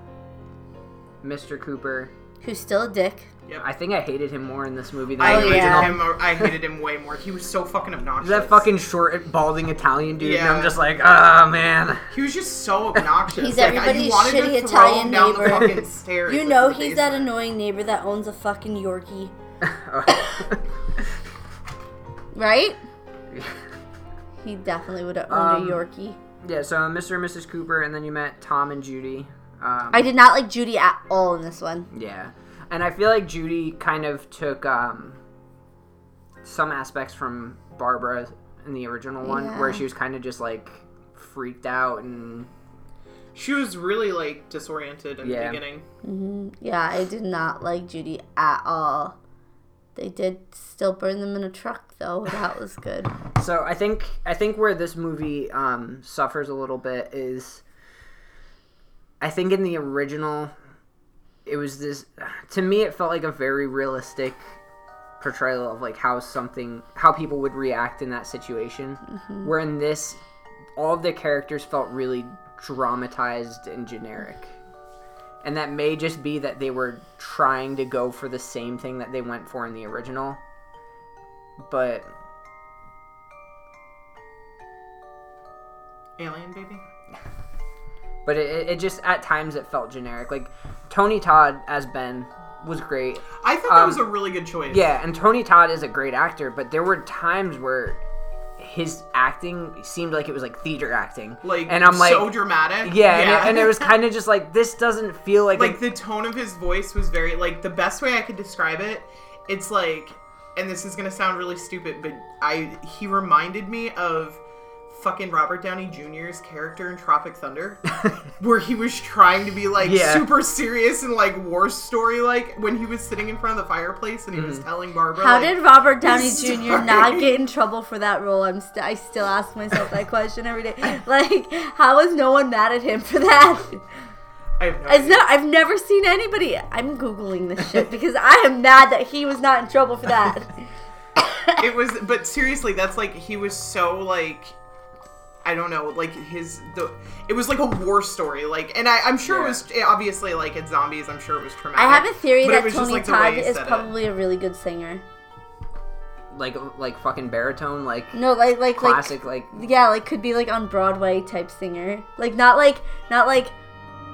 Speaker 6: Mr. Cooper.
Speaker 7: who's still a dick?
Speaker 6: I think I hated him more in this movie than
Speaker 7: Oh,
Speaker 8: I,
Speaker 6: the
Speaker 8: hated
Speaker 6: original.
Speaker 7: yeah.
Speaker 8: him, I hated him way more. He was so fucking obnoxious.
Speaker 6: That fucking short, balding Italian dude, and I'm
Speaker 8: Yeah.
Speaker 6: just like, ah, man.
Speaker 8: He was just so obnoxious.
Speaker 7: He's
Speaker 8: Like, I
Speaker 7: everybody's
Speaker 8: wanted to
Speaker 7: shitty
Speaker 8: throw
Speaker 7: Italian
Speaker 8: him down the
Speaker 7: neighbor.
Speaker 8: fucking stairs
Speaker 7: You
Speaker 8: of
Speaker 7: know
Speaker 8: the
Speaker 7: he's that
Speaker 8: basement.
Speaker 7: annoying neighbor that owns a fucking Yorkie, right? he definitely would have owned
Speaker 6: Um,
Speaker 7: a Yorkie.
Speaker 6: Yeah, so Mr. and Mrs. Cooper, and then you met Tom and Judy. Um,
Speaker 7: I did not like Judy at all in this one.
Speaker 6: yeah, and I feel like Judy kind of took um, some aspects from Barbara in the original one,
Speaker 7: Yeah.
Speaker 6: where she was kind of just like freaked out and
Speaker 8: She was really like disoriented in
Speaker 6: Yeah.
Speaker 8: the beginning.
Speaker 7: Yeah, I did not like Judy at all. They did still burn them in a truck though. That was good.
Speaker 6: So I think I think where this movie um, suffers a little bit is, I think in the original, it was this. To me, it felt like a very realistic portrayal of like how something how people would react in that situation. Where in this, all of the characters felt really dramatized and generic. And that may just be that they were trying to go for the same thing that they went for in the original. But
Speaker 8: Alien baby.
Speaker 6: but it- it, it just at times it felt generic like tony todd as ben was great
Speaker 8: I thought that was a really good choice.
Speaker 6: Um, yeah and tony todd is a great actor but there were times where his acting seemed like it was like theater acting
Speaker 8: Like
Speaker 6: and i'm like
Speaker 8: so dramatic.
Speaker 6: yeah, And, it, and it was kind of just like this doesn't feel like,
Speaker 8: like the tone of his voice was very like the best way I could describe it. It's like, and this is gonna sound really stupid, but I he reminded me of fucking Robert Downey Jr.'s character in Tropic Thunder, where he was trying to be like
Speaker 6: Yeah.
Speaker 8: super serious and like war story like when he was sitting in front of the fireplace and he
Speaker 6: Mm.
Speaker 8: was telling Barbara.
Speaker 7: How
Speaker 8: like,
Speaker 7: did Robert Downey Jr. not
Speaker 8: sorry.
Speaker 7: get in trouble for that role? I'm st- I still ask myself that question every day. Like, how is no one mad at him for that?
Speaker 8: I have no
Speaker 7: It's
Speaker 8: idea.
Speaker 7: no, I've never seen anybody. I'm googling this shit because I am mad that he was not in trouble for that.
Speaker 8: it was but seriously that's like he was so like i don't know like his the it was like a war story like and I, i'm sure it was obviously like it's zombies i'm sure it was traumatic
Speaker 7: I have a theory
Speaker 8: but it
Speaker 7: that
Speaker 8: was just,
Speaker 7: Tony
Speaker 8: like, the way
Speaker 7: Todd
Speaker 8: he
Speaker 7: is
Speaker 8: said it.
Speaker 7: probably a really good singer.
Speaker 6: like like fucking baritone like
Speaker 7: No, like like
Speaker 6: classic like,
Speaker 7: like yeah, like could be like on Broadway type singer. Like not like not like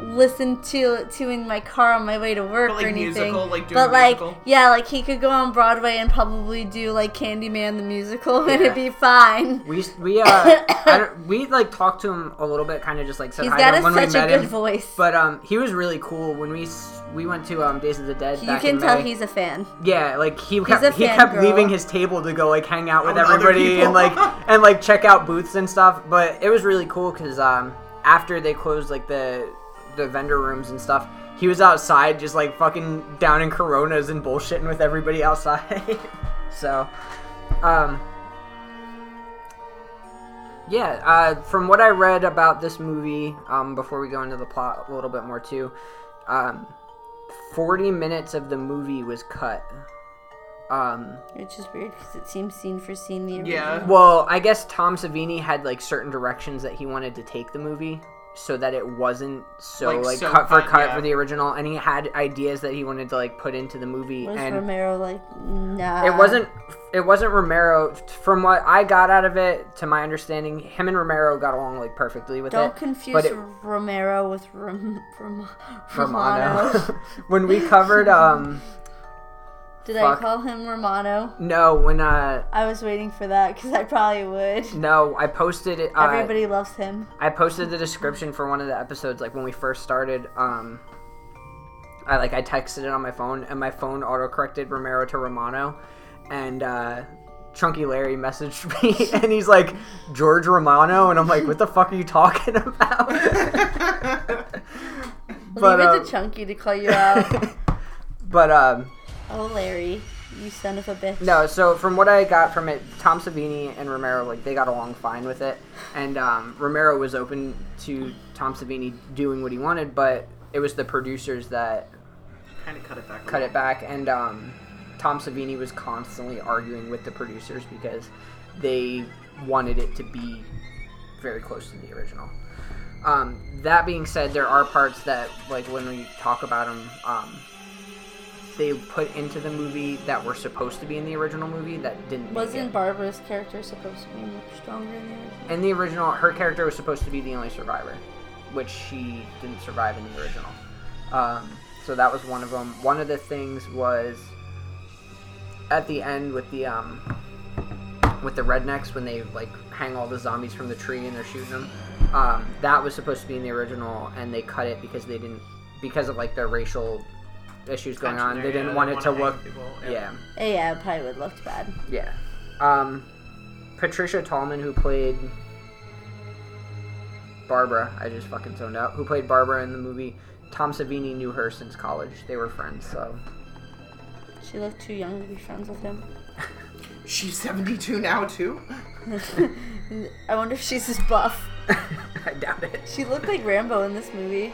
Speaker 7: listen to to in my car on my way to work
Speaker 8: But, like,
Speaker 7: or anything.
Speaker 8: musical, like, doing
Speaker 7: but like
Speaker 8: musical?
Speaker 7: yeah, like he could go on Broadway and probably do like Candyman the musical and it'd be fine.
Speaker 6: we s- we uh I don't, we like talked to him a little bit kind of just like said
Speaker 7: He's
Speaker 6: hi
Speaker 7: got
Speaker 6: to
Speaker 7: a,
Speaker 6: him when
Speaker 7: such
Speaker 6: we
Speaker 7: a
Speaker 6: met
Speaker 7: good
Speaker 6: him
Speaker 7: voice.
Speaker 6: but um he was really cool when we s- we went to um days of the dead
Speaker 7: you
Speaker 6: back
Speaker 7: can
Speaker 6: in
Speaker 7: tell
Speaker 6: May.
Speaker 7: he's a fan.
Speaker 6: Yeah, like he
Speaker 7: a
Speaker 6: kept, he
Speaker 7: fan
Speaker 6: kept
Speaker 7: girl.
Speaker 6: leaving his table to go like hang out with
Speaker 8: Out with other
Speaker 6: everybody
Speaker 8: people.
Speaker 6: and like and like check out booths and stuff. But it was really cool because um after they closed like the the vendor rooms and stuff, he was outside just like fucking down in Coronas and bullshitting with everybody outside. so, um. Yeah, uh, from what I read about this movie, um, before we go into the plot a little bit more too, um, 40 minutes of the movie was cut Um,
Speaker 7: Which is weird because it seems scene for scene the
Speaker 8: Yeah.
Speaker 7: original.
Speaker 6: well, I guess Tom Savini had like certain directions that he wanted to take the movie, so that it wasn't so
Speaker 8: Like,
Speaker 6: like,
Speaker 8: so
Speaker 6: cut for
Speaker 8: cut,
Speaker 6: cut
Speaker 8: yeah.
Speaker 6: for the original, and he had ideas that he wanted to like put into the movie,
Speaker 7: Was
Speaker 6: and
Speaker 7: Romero like, nah?
Speaker 6: it wasn't it wasn't Romero. From what I got out of it, to my understanding, him and Romero got along like perfectly with
Speaker 7: Don't
Speaker 6: it.
Speaker 7: confuse
Speaker 6: but it-
Speaker 7: Romero with Rom- Rom- Romano.
Speaker 6: Romano. when we covered, um,
Speaker 7: Did I
Speaker 6: Fuck.
Speaker 7: call him Romano?
Speaker 6: no, when uh,
Speaker 7: I was waiting for that because I probably would.
Speaker 6: no, I posted it. Uh,
Speaker 7: Everybody loves him.
Speaker 6: I posted the description for one of the episodes, like when we first started. Um, I like I texted it on my phone, and my phone autocorrected Romero to Romano, and uh, Chunky Larry messaged me, and he's like George Romano, and I'm like, what the fuck are you talking about? but
Speaker 7: Leave
Speaker 6: um,
Speaker 7: it to Chunky to call you out.
Speaker 6: but um,
Speaker 7: oh, Larry, you son of a bitch.
Speaker 6: no. So from what I got from it, Tom Savini and Romero like they got along fine with it, and um, Romero was open to Tom Savini doing what he wanted, but it was the producers that
Speaker 8: Kind of cut it back. a
Speaker 6: cut
Speaker 8: little.
Speaker 6: it back and um, tom savini was constantly arguing with the producers because they wanted it to be very close to the original um, that being said there are parts that like when we talk about them um, they put into the movie that were supposed to be in the original movie that didn't make
Speaker 7: Wasn't
Speaker 6: it.
Speaker 7: Barbara's character supposed to be much stronger in the original?
Speaker 6: in the original her character was supposed to be the only survivor which she didn't survive in the original um, so that was one of them one of the things was at the end with the um, with the rednecks when they like hang all the zombies from the tree and they're shooting them um, that was supposed to be in the original and they cut it because they didn't because of like the racial issues going on they
Speaker 8: Yeah,
Speaker 6: didn't want it to
Speaker 8: wanna hang
Speaker 6: look
Speaker 8: people,
Speaker 6: yeah
Speaker 7: Eh, yeah, it probably would have looked bad.
Speaker 6: yeah. Um, Patricia Tallman, who played Barbara, I just fucking zoned out. Who played Barbara in the movie? Tom Savini knew her since college. They were friends, so
Speaker 7: She looked too young to be friends with him.
Speaker 8: She's 72 now too.
Speaker 7: I wonder if she's as buff.
Speaker 6: I doubt it.
Speaker 7: She looked like Rambo in this movie.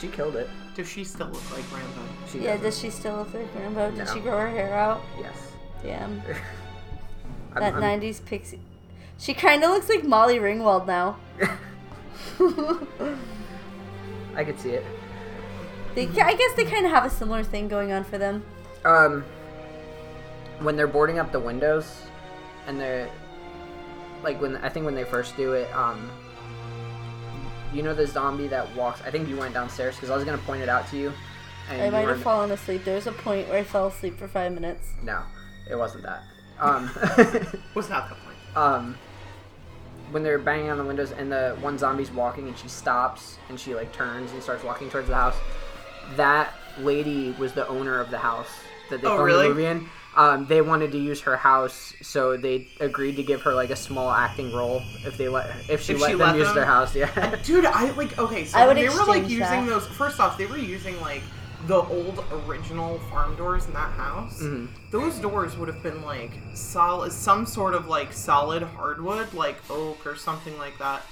Speaker 6: She killed it.
Speaker 8: Does she still look like Rambo?
Speaker 6: She
Speaker 7: Yeah,
Speaker 6: doesn't.
Speaker 7: does she still look like Rambo? Did
Speaker 6: No.
Speaker 7: she grow her hair out?
Speaker 6: yes.
Speaker 7: Damn.
Speaker 6: I'm-
Speaker 7: That
Speaker 6: I'm-
Speaker 7: 90s pixie. She kind of looks like Molly Ringwald now.
Speaker 6: I could see it.
Speaker 7: They, I guess they kind of have a similar thing going on for them.
Speaker 6: Um, when they're boarding up the windows, and they're like when I think when they first do it, um, you know the zombie that walks. I think you went downstairs because I was gonna point it out to you. And
Speaker 7: I
Speaker 6: you
Speaker 7: might have
Speaker 6: weren't-
Speaker 7: fallen asleep. There was a point where I fell asleep for five minutes.
Speaker 6: No, it wasn't that. Um,
Speaker 8: Was not the point.
Speaker 6: um, when they're banging on the windows and the one zombie's walking and she stops and she like turns and starts walking towards the house, that lady was the owner of the house that they
Speaker 8: Oh,
Speaker 6: filmed
Speaker 8: really?
Speaker 6: the movie in. Um, they wanted to use her house, so they agreed to give her like a small acting role if they let if she
Speaker 8: If
Speaker 6: let
Speaker 8: she
Speaker 6: them
Speaker 8: let
Speaker 6: use
Speaker 8: them?
Speaker 6: their house. Yeah,
Speaker 8: Dude, I like okay, so
Speaker 7: I would
Speaker 8: they were like
Speaker 7: exchange
Speaker 8: using
Speaker 7: that.
Speaker 8: those first off, they were using like the old original farm doors in that house. Those doors would have been like solid some sort of like solid hardwood, like oak or something like that.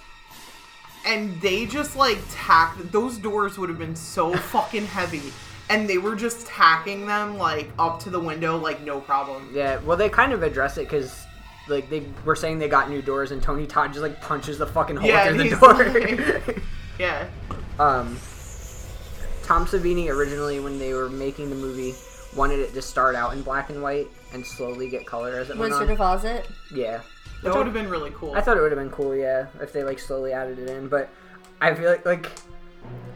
Speaker 8: And they just like tacked those doors would have been so fucking heavy. And they were just tacking them like up to the window like no problem.
Speaker 6: yeah. Well, they kind of address it because. Like they were saying, they got new doors, and Tony Todd just like punches the fucking hole
Speaker 8: Yeah,
Speaker 6: through the
Speaker 8: he's
Speaker 6: door.
Speaker 8: Yeah.
Speaker 6: um, Tom Savini originally, when they were making the movie, wanted it to start out in black and white and slowly get color as it went
Speaker 7: Wizard
Speaker 6: on.
Speaker 7: of Oz it.
Speaker 6: yeah,
Speaker 8: That would have been really cool.
Speaker 6: I thought it would have been cool, yeah, if they like slowly added it in. But I feel like like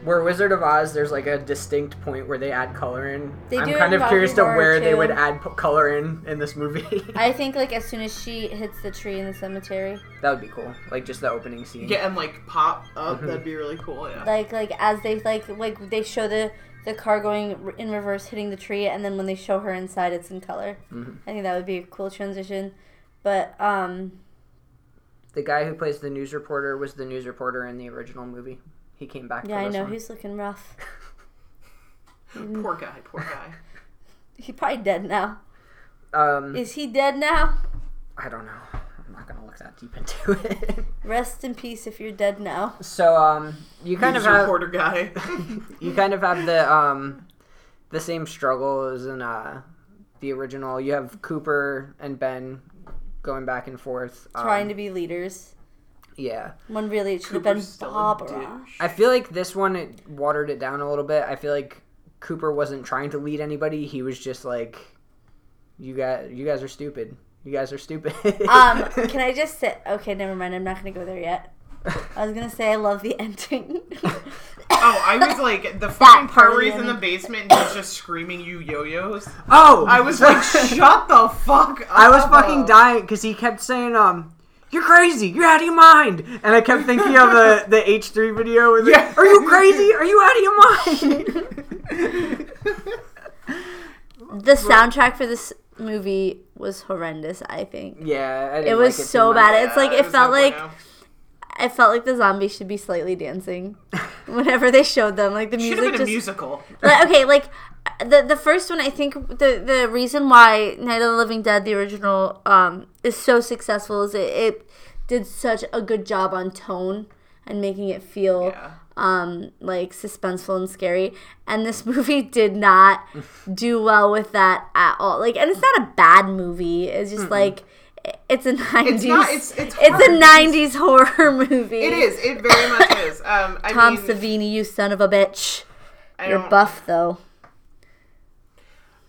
Speaker 6: where Wizard of Oz, there's like a distinct point where they add color in.
Speaker 7: They
Speaker 6: I'm
Speaker 7: do it
Speaker 6: kind
Speaker 7: in
Speaker 6: of curious
Speaker 7: Rocky
Speaker 6: to
Speaker 7: Horror,
Speaker 6: where they
Speaker 7: too.
Speaker 6: would add p- color in in this movie.
Speaker 7: I think like as soon as she hits the tree in the cemetery,
Speaker 6: that would be cool, like just the opening scene.
Speaker 8: yeah, and like pop up, that'd be really cool, yeah.
Speaker 7: like like as they like like they show the the car going r- in reverse hitting the tree, and then when they show her inside, it's in color.
Speaker 6: Mm-hmm.
Speaker 7: I think that would be a cool transition. But um,
Speaker 6: The guy who plays the news reporter was the news reporter in the original movie. He came back.
Speaker 7: yeah,
Speaker 6: for
Speaker 7: I
Speaker 6: this
Speaker 7: know
Speaker 6: one.
Speaker 7: he's looking rough.
Speaker 8: Poor guy, poor guy.
Speaker 7: He probably dead now.
Speaker 6: Um,
Speaker 7: Is he dead now?
Speaker 6: I don't know. I'm not gonna look that deep into it.
Speaker 7: Rest in peace if you're dead now.
Speaker 6: so um, you kind of
Speaker 8: News
Speaker 6: have
Speaker 8: reporter guy. Oh,
Speaker 6: you kind of have the um, the same struggle as in uh, the original. You have Cooper and Ben going back and forth, um,
Speaker 7: trying to be leaders.
Speaker 6: Yeah,
Speaker 7: When really it should have been
Speaker 8: Cooper's still a
Speaker 7: Barbara.
Speaker 6: I feel like this one it watered it down a little bit. I feel like Cooper wasn't trying to lead anybody. He was just like, "You got, you guys are stupid. You guys are stupid."
Speaker 8: Uh,
Speaker 7: Um, can I just say? Okay, never mind. I'm not gonna go there yet. I was gonna say I love the ending.
Speaker 8: Oh, I was like the fucking
Speaker 7: part of the
Speaker 8: Perry's in the
Speaker 7: ending.
Speaker 8: basement and he's just screaming you yo-yos.
Speaker 6: oh,
Speaker 8: I was like, shut the fuck up.
Speaker 6: I was fucking dying because he kept saying, um, you're crazy, you're out of your mind. And I kept thinking of the, the H3 video with
Speaker 8: Yeah.
Speaker 6: yeah. Are you crazy? Are you out of your mind?
Speaker 7: the soundtrack for this movie was horrendous. I think
Speaker 6: yeah, I didn't
Speaker 7: it was
Speaker 6: like
Speaker 7: so
Speaker 6: too
Speaker 7: bad.
Speaker 6: much.
Speaker 7: it's like
Speaker 8: Yeah,
Speaker 7: it
Speaker 8: was
Speaker 7: felt
Speaker 8: no
Speaker 7: like
Speaker 8: bueno.
Speaker 7: it felt like the zombies should be slightly dancing whenever they showed them. Like the
Speaker 8: Should
Speaker 7: music
Speaker 8: have been a
Speaker 7: just
Speaker 8: musical.
Speaker 7: Like, okay, like the the first one, I think the the reason why Night of the Living Dead, the original, um, is so successful is it, it did such a good job on tone and making it feel um like suspenseful and scary and this movie did not do well with that at all like and it's not a bad movie it's just like i- it's a 90s it's,
Speaker 8: not- it's- it's
Speaker 7: a
Speaker 8: hard.
Speaker 7: 90s horror movie
Speaker 8: It is. It very much is. Um, I
Speaker 7: tom
Speaker 8: mean,
Speaker 7: savini you son of a bitch
Speaker 8: I
Speaker 7: you're
Speaker 8: don't-
Speaker 7: buff though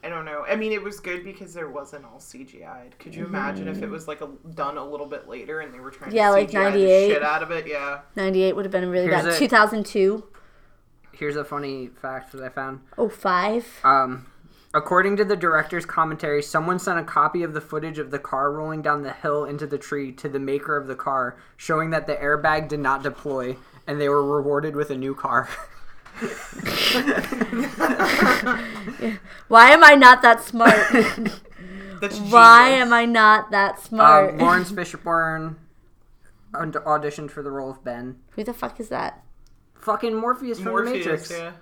Speaker 8: I don't know. I mean, it was good because there wasn't all CGI'd. Could you imagine if it was like a, done a little bit later and they were trying
Speaker 7: Yeah,
Speaker 8: to
Speaker 7: like
Speaker 8: CGI like the
Speaker 7: 98.
Speaker 8: shit out of it? Yeah.
Speaker 7: 98 would have been really
Speaker 6: Here's
Speaker 7: bad.
Speaker 6: a-
Speaker 7: 2002.
Speaker 6: Here's a funny fact that I found.
Speaker 7: Oh, five.
Speaker 6: Um, according to the director's commentary, someone sent a copy of the footage of the car rolling down the hill into the tree to the maker of the car, showing that the airbag did not deploy, and they were rewarded with a new car.
Speaker 7: Why am I not that smart?
Speaker 8: That's
Speaker 7: Why
Speaker 8: genius.
Speaker 7: am I not that smart?
Speaker 6: Um, Lawrence Fishburne aud- auditioned for the role of Ben.
Speaker 7: Who the fuck is that?
Speaker 6: Fucking Morpheus from
Speaker 8: Morpheus,
Speaker 6: the Matrix.
Speaker 8: yeah.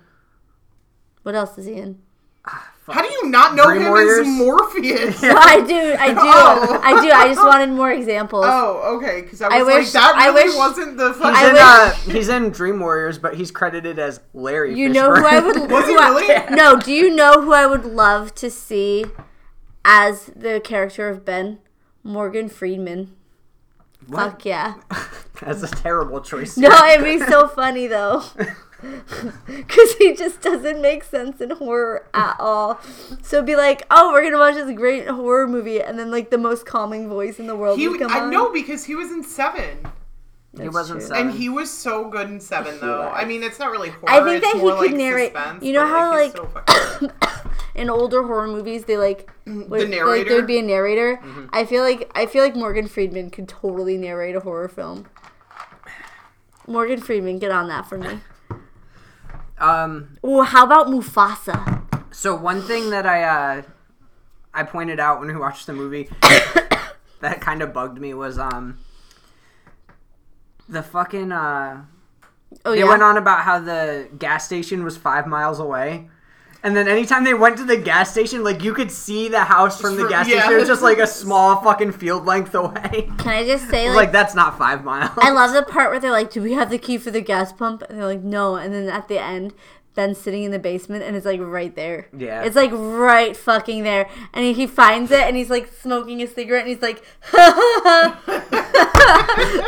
Speaker 7: What else is he in?
Speaker 8: How do you not know
Speaker 6: Dream
Speaker 8: him
Speaker 6: Warriors?
Speaker 8: as Morpheus?
Speaker 7: Well, I do, I do,
Speaker 8: Oh.
Speaker 7: I do. I just wanted more examples.
Speaker 8: Oh, okay. Because I was
Speaker 7: I
Speaker 8: like,
Speaker 7: wish-
Speaker 8: that
Speaker 7: I
Speaker 8: really
Speaker 7: wish-
Speaker 8: wasn't the fucking.
Speaker 6: He's, in,
Speaker 7: wish-
Speaker 6: uh, he's in Dream Warriors, but he's credited as Larry.
Speaker 7: you know who I would
Speaker 8: Was he
Speaker 7: who I-
Speaker 8: really?
Speaker 7: No, do you know who I would love to see as the character of Ben? Morgan Freeman. Fuck yeah.
Speaker 6: That's a terrible choice.
Speaker 7: No, it'd be so funny though. Because he just doesn't make sense in horror at all. So it'd be like, oh, we're going to watch this great horror movie. And then, like, the most calming voice in the world
Speaker 8: He,
Speaker 7: would come
Speaker 8: I
Speaker 7: on.
Speaker 8: know because he was in Seven,
Speaker 6: he wasn't
Speaker 7: true.
Speaker 6: seven.
Speaker 8: and he was so good in Seven, though. I mean, it's not really horror.
Speaker 7: I think
Speaker 8: it's
Speaker 7: that he
Speaker 8: more
Speaker 7: could
Speaker 8: like
Speaker 7: narrate-
Speaker 8: Suspense,
Speaker 7: you know
Speaker 8: but,
Speaker 7: how,
Speaker 8: like, he's
Speaker 7: like,
Speaker 8: so fucking good.
Speaker 7: In older horror movies, they, like, would, like
Speaker 8: Mm, narrator?
Speaker 7: there'd be a narrator.
Speaker 6: Mm-hmm.
Speaker 7: I feel like I feel like Morgan Friedman could totally narrate a horror film. Morgan Friedman, get on that for me.
Speaker 6: um,
Speaker 7: Oh, how about Mufasa?
Speaker 6: So one thing that I uh, I pointed out when we watched the movie that kind of bugged me was um the fucking uh
Speaker 7: Oh,
Speaker 6: they
Speaker 7: yeah.
Speaker 6: went on about how the gas station was five miles away. And then anytime they went to the gas station, like you could see the house from the
Speaker 8: For-
Speaker 6: gas
Speaker 8: yeah.
Speaker 6: station. It was just like a small fucking field length away.
Speaker 7: Can I just say,
Speaker 6: Like,
Speaker 7: like,
Speaker 6: that's not five miles.
Speaker 7: I love the part where they're like, "Do we have the key for the gas pump?" And they're like, "No." And then at the end, Ben's sitting in the basement, and it's like right there.
Speaker 6: Yeah.
Speaker 7: it's like right fucking there. And he finds it, and he's like smoking a cigarette, and he's like, "Ha, ha, ha."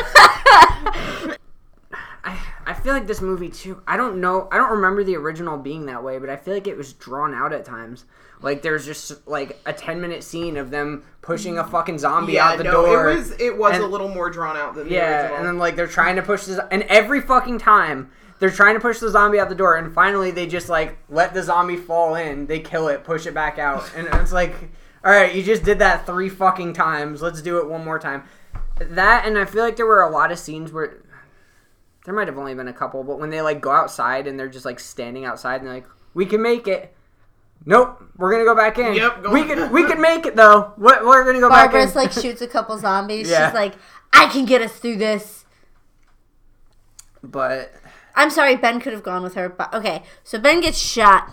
Speaker 6: I, I feel like this movie too. I don't know. I don't remember the original being that way, but I feel like it was drawn out at times. Like there's just like a ten minute scene of them pushing a fucking zombie
Speaker 8: Yeah,
Speaker 6: out the
Speaker 8: no,
Speaker 6: door.
Speaker 8: it was it was
Speaker 6: And-
Speaker 8: a little more drawn out than the
Speaker 6: yeah,
Speaker 8: original.
Speaker 6: and then like they're trying to push this, and every fucking time they're trying to push the zombie out the door, and finally they just like let the zombie fall in. They kill it, push it back out, and it's like, all right, you just did that three fucking times. Let's do it one more time. That and I feel like there were a lot of scenes where there might have only been a couple, but when they like go outside and they're just like standing outside and they're like, we can make it. Nope, we're gonna go back in.
Speaker 8: Yep, go
Speaker 6: we
Speaker 8: on.
Speaker 6: can we can make it though. We're, we're gonna go back in.
Speaker 7: Barbara's like shoots a couple zombies.
Speaker 6: Yeah.
Speaker 7: She's like, "I can get us through this."
Speaker 6: but
Speaker 7: I'm sorry, Ben could have gone with her, but okay. So Ben gets shot.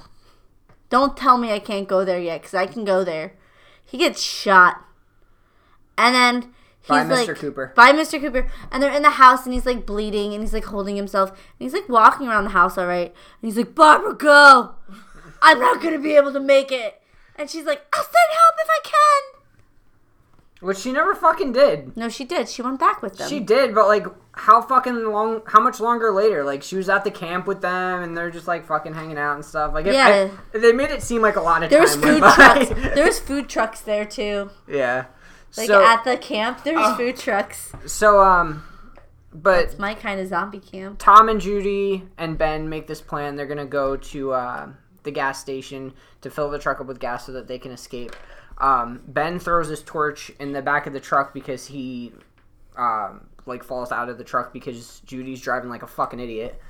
Speaker 7: Don't tell me I can't go there yet, because I can go there. He gets shot, and then he's
Speaker 6: Bye, Mr.
Speaker 7: like,
Speaker 6: Cooper.
Speaker 7: "Bye, Mr. Cooper." And they're in the house, and he's like bleeding, and he's like holding himself, and he's like walking around the house, all right. And he's like, "Barbara, go! I'm not gonna be able to make it." And she's like, I'll send help if I can.
Speaker 6: Which she never fucking did.
Speaker 7: No, she did. She went back with them.
Speaker 6: She did, but like, how fucking long? How much longer later? Like, she was at the camp with them, and they're just like fucking hanging out and stuff. Like, it,
Speaker 7: Yeah.
Speaker 6: I- they made it seem like a lot of
Speaker 7: There was
Speaker 6: time.
Speaker 7: food
Speaker 6: went by.
Speaker 7: trucks. There was food trucks there too.
Speaker 6: yeah.
Speaker 7: Like
Speaker 6: so, Oh.
Speaker 7: at the camp, there was food trucks.
Speaker 6: so um, but
Speaker 7: It's my kind of zombie camp.
Speaker 6: Tom and Judy and Ben make this plan. They're gonna go to uh, the gas station to fill the truck up with gas so that they can escape. Um, ben throws his torch in the back of the truck because he um, like falls out of the truck because Judy's driving like a fucking idiot.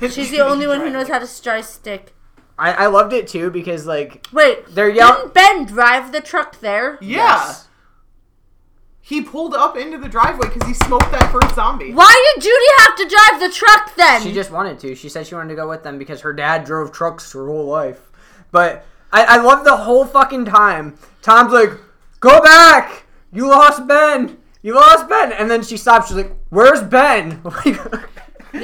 Speaker 7: She's the only one who knows how to drive stick.
Speaker 6: I, I loved it too because like
Speaker 7: Wait,
Speaker 6: They're yell-
Speaker 7: didn't Ben drive the truck there?
Speaker 8: Yeah. He pulled up into the driveway because he smoked that first zombie.
Speaker 7: Why did Judy have to drive the truck then?
Speaker 8: Mm-hmm.
Speaker 6: she just wanted to. She said she wanted to go with them because her dad drove trucks her whole life. But I, I love the whole fucking time. Tom's like, "Go back! You lost Ben! You lost Ben!" And then she stops. She's like, "Where's Ben?"
Speaker 7: you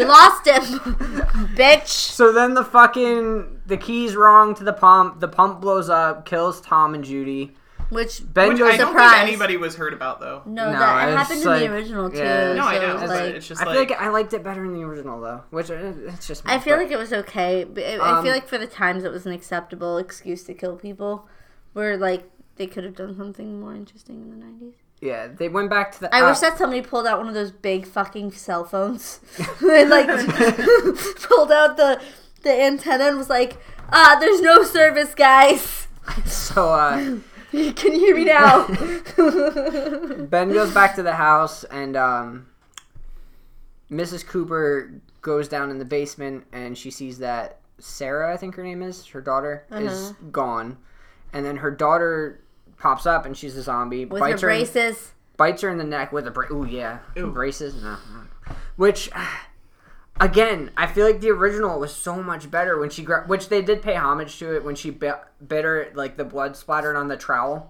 Speaker 7: lost him, bitch.
Speaker 6: so then the fucking the key's wrong to the pump. The pump blows up, kills Tom and Judy.
Speaker 7: Which
Speaker 6: Ben
Speaker 8: Which
Speaker 6: goes.
Speaker 8: I don't
Speaker 7: Surprise.
Speaker 8: think anybody was hurt about though.
Speaker 7: no,
Speaker 6: No,
Speaker 7: that it
Speaker 6: it's
Speaker 7: happened in
Speaker 6: like-
Speaker 7: the original too.
Speaker 6: yeah.
Speaker 8: No, I know,
Speaker 7: so,
Speaker 8: but
Speaker 7: like,
Speaker 8: it's just
Speaker 6: I feel
Speaker 8: like,
Speaker 6: like I liked it better in the original though, which uh, it's just. me,
Speaker 7: I feel
Speaker 6: but- Um,
Speaker 7: like it was okay. But it, I feel like for the times it was an acceptable excuse to kill people, where like they could have done something more interesting in the nineties.
Speaker 6: yeah, they went back to the.
Speaker 7: I
Speaker 6: uh,
Speaker 7: wish that somebody pulled out one of those big fucking cell phones and like pulled out the the antenna and was like, "Ah, there's no service, guys.
Speaker 6: so. Uh,
Speaker 7: Can you hear me now?"
Speaker 6: Ben goes back to the house, and um, Mrs. Cooper goes down in the basement, and she sees that Sarah, I think her name is, her daughter, is
Speaker 7: Uh-huh.
Speaker 6: gone. And then her daughter pops up, and she's a zombie.
Speaker 7: With her
Speaker 6: bites her, in-
Speaker 7: braces.
Speaker 6: bites her in the neck with a bra- ooh yeah braces. No, which. Again, I feel like the original was so much better when she gra- which they did pay homage to it when she bit, bit her like the blood splattered on the trowel.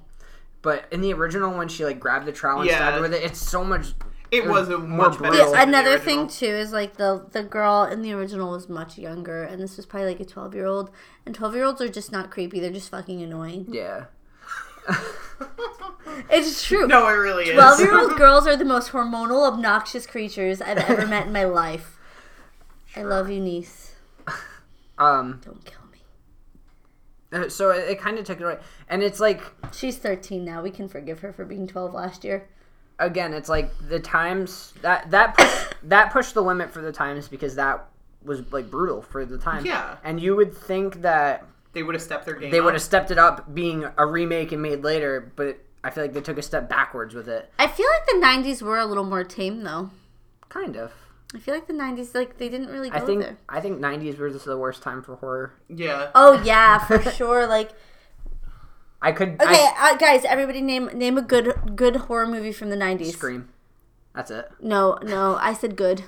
Speaker 6: But in the original when she like grabbed the trowel and
Speaker 8: Yeah.
Speaker 6: stabbed her with it, it's so much
Speaker 8: it was a
Speaker 6: more
Speaker 8: much better.
Speaker 6: brutal.
Speaker 8: scene
Speaker 6: Yeah,
Speaker 8: than the
Speaker 7: Another thing
Speaker 8: original.
Speaker 7: too is like the the girl in the original was much younger, and this was probably like a twelve year old. And twelve year olds are just not creepy; they're just fucking annoying.
Speaker 6: yeah.
Speaker 7: It's true.
Speaker 8: No, it really is.
Speaker 7: Twelve year old girls are the most hormonal, obnoxious creatures I've ever met in my life. I love you, niece.
Speaker 6: Um
Speaker 7: Don't kill me.
Speaker 6: uh, so it, it kind of took it away. And it's like
Speaker 7: She's 13 now. We can forgive her for being 12 last year.
Speaker 6: again, it's like the times that that push, that pushed the limit for the times because that was like brutal for the time.
Speaker 8: Yeah.
Speaker 6: And you would think that
Speaker 8: they would have stepped their game.
Speaker 6: they would
Speaker 8: up.
Speaker 6: have stepped it up being a remake and made later, but I feel like they took a step backwards with it.
Speaker 7: I feel like the 90s were a little more tame, though.
Speaker 6: Kind of.
Speaker 7: I feel like the 90s, like, they didn't really go
Speaker 6: I think
Speaker 7: there.
Speaker 6: I think 90s were just the worst time for horror.
Speaker 8: Yeah.
Speaker 7: Oh, yeah, for sure. Like,
Speaker 6: I could
Speaker 7: okay,
Speaker 6: I,
Speaker 7: uh, guys, everybody name name a good good horror movie from the 90s.
Speaker 6: scream. That's it.
Speaker 7: No, no, I said good.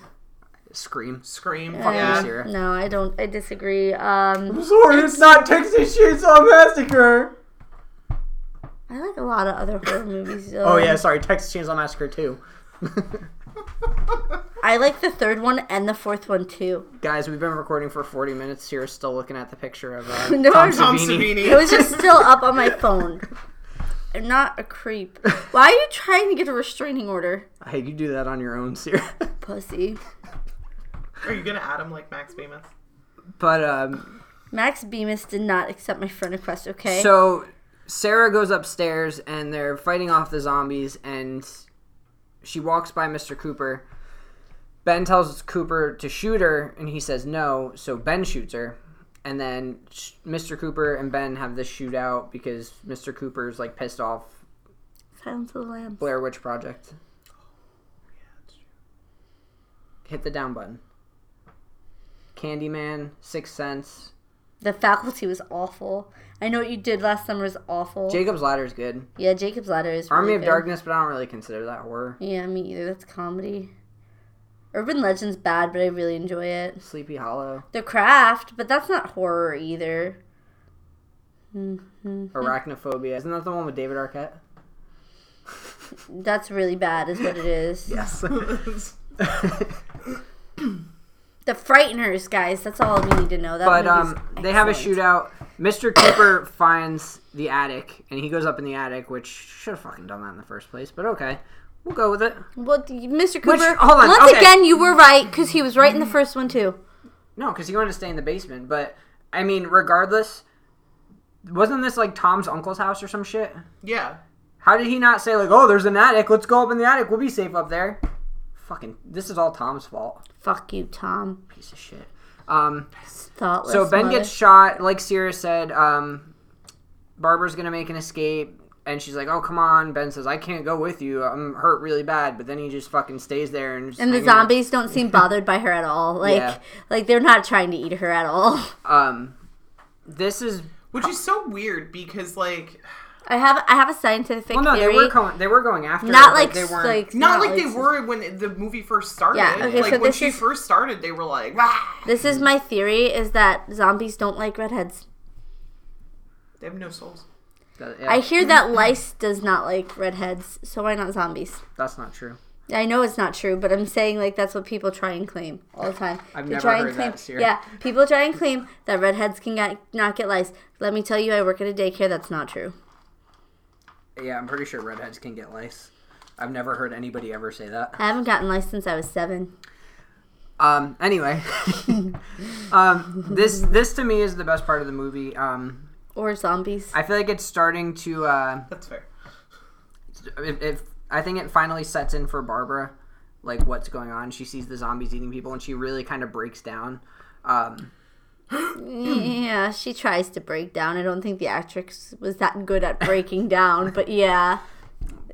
Speaker 6: Scream.
Speaker 8: Scream.
Speaker 6: Fuck
Speaker 8: yeah.
Speaker 6: you, Sarah.
Speaker 7: No, I don't. I disagree. Um,
Speaker 6: Sorry, it's not Texas Chainsaw Massacre.
Speaker 7: I like a lot of other horror movies.
Speaker 6: Oh
Speaker 7: um,
Speaker 6: yeah, sorry, Texas Chainsaw Massacre too.
Speaker 7: I like the third one and the fourth one too.
Speaker 6: Guys, we've been recording for 40 minutes. Sarah's still looking at the picture of uh,
Speaker 7: No,
Speaker 6: Tom
Speaker 7: I'm-
Speaker 8: Tom
Speaker 6: Savini.
Speaker 8: Savini.
Speaker 7: It was just still up on my phone. I'm not a creep. Why are you trying to get a restraining order,
Speaker 6: Hey, you do that on your own, Sarah.
Speaker 7: pussy?
Speaker 8: Are you gonna add him like Max Bemis?
Speaker 6: but um,
Speaker 7: Max Bemis did not accept my friend request. Okay.
Speaker 6: so Sarah goes upstairs and they're fighting off the zombies, and she walks by Mr. Cooper. Ben tells Cooper to shoot her, and he says no, so Ben shoots her. And then sh- Mr. Cooper and Ben have this shootout because Mr. Cooper's like pissed off
Speaker 7: Silence of the Lambs.
Speaker 6: Blair Witch Project. Hit the down button. Candyman, Sixth Sense.
Speaker 7: The faculty was awful. I know what you did last summer is awful.
Speaker 6: Jacob's Ladder is good.
Speaker 7: yeah, Jacob's Ladder is.
Speaker 6: Army
Speaker 7: really
Speaker 6: of
Speaker 7: good.
Speaker 6: Darkness, but I don't really consider that horror.
Speaker 7: Yeah, me either. That's comedy. Urban Legend's bad, but I really enjoy it.
Speaker 6: Sleepy Hollow,
Speaker 7: The Craft, but that's not horror either. Mm-hmm.
Speaker 6: Arachnophobia. Isn't that the one with David Arquette?
Speaker 7: That's really bad, is what it is.
Speaker 6: Yes.
Speaker 7: The frighteners, guys. That's all we need to know. That
Speaker 6: but
Speaker 7: movie's
Speaker 6: um, they have a
Speaker 7: excellent.
Speaker 6: shootout. Mr. Cooper finds the attic, and he goes up in the attic, which should have fucking done that in the first place. But okay, we'll go with it.
Speaker 7: Well, th- Mr. Cooper,
Speaker 6: Which- hold on,
Speaker 7: once
Speaker 6: okay.
Speaker 7: again, you were right because he was right in the first one too.
Speaker 6: No, because he wanted to stay in the basement. But I mean, regardless, wasn't this like Tom's uncle's house or some shit?
Speaker 8: Yeah.
Speaker 6: How did he not say like, "Oh, there's an attic. Let's go up in the attic. We'll be safe up there." Fucking, this is all Tom's fault.
Speaker 7: Fuck you, Tom.
Speaker 6: Piece of shit. Um,
Speaker 7: Thoughtless.
Speaker 6: so Ben
Speaker 7: mother.
Speaker 6: gets shot. Like Sierra said, um, Barbara's gonna make an escape, and she's like, "Oh, come on." Ben says, "I can't go with you. I'm hurt really bad." But then he just fucking stays there and. Just
Speaker 7: and the
Speaker 6: hanging out.
Speaker 7: zombies don't seem bothered by her at all. Like,
Speaker 6: Yeah.
Speaker 7: like they're not trying to eat her at all.
Speaker 6: Um, this is.
Speaker 8: Which is so weird because, like,
Speaker 7: I have, I have a scientific
Speaker 6: Well, no,
Speaker 7: theory.
Speaker 6: they were going. They were going after.
Speaker 7: not
Speaker 6: her,
Speaker 7: like,
Speaker 6: but they weren't.
Speaker 7: like
Speaker 8: not, like, they were when the movie first started.
Speaker 7: Yeah, okay,
Speaker 8: like,
Speaker 7: so
Speaker 8: when
Speaker 7: this
Speaker 8: she
Speaker 7: is-
Speaker 8: first started, they were like, "Wah!"
Speaker 7: This is my theory: is that zombies don't like redheads.
Speaker 8: They have no souls.
Speaker 6: uh, Yeah,
Speaker 7: I hear
Speaker 8: Mm-hmm.
Speaker 7: that lice does not like redheads, so why not zombies?
Speaker 6: that's not true.
Speaker 7: I know it's not true, but I'm saying like that's what people try and claim all the time.
Speaker 6: I've
Speaker 7: they
Speaker 6: never
Speaker 7: try
Speaker 6: heard
Speaker 7: and claim,
Speaker 6: that, Sierra.
Speaker 7: Yeah, people try and claim that redheads can get, not get lice. Let me tell you, I work at a daycare. That's not true.
Speaker 6: Yeah, I'm pretty sure redheads can get lice. I've never heard anybody ever say that.
Speaker 7: I haven't gotten lice since I was seven.
Speaker 6: Um, anyway, um, this this to me is the best part of the movie. Um,
Speaker 7: Or zombies.
Speaker 6: I feel like it's starting to. Uh,
Speaker 8: That's fair.
Speaker 6: it, it, I think it finally sets in for Barbara, like what's going on. She sees the zombies eating people, and she really kind of breaks down. Um,
Speaker 7: yeah, she tries to break down. I don't think the actress was that good at breaking down, but yeah,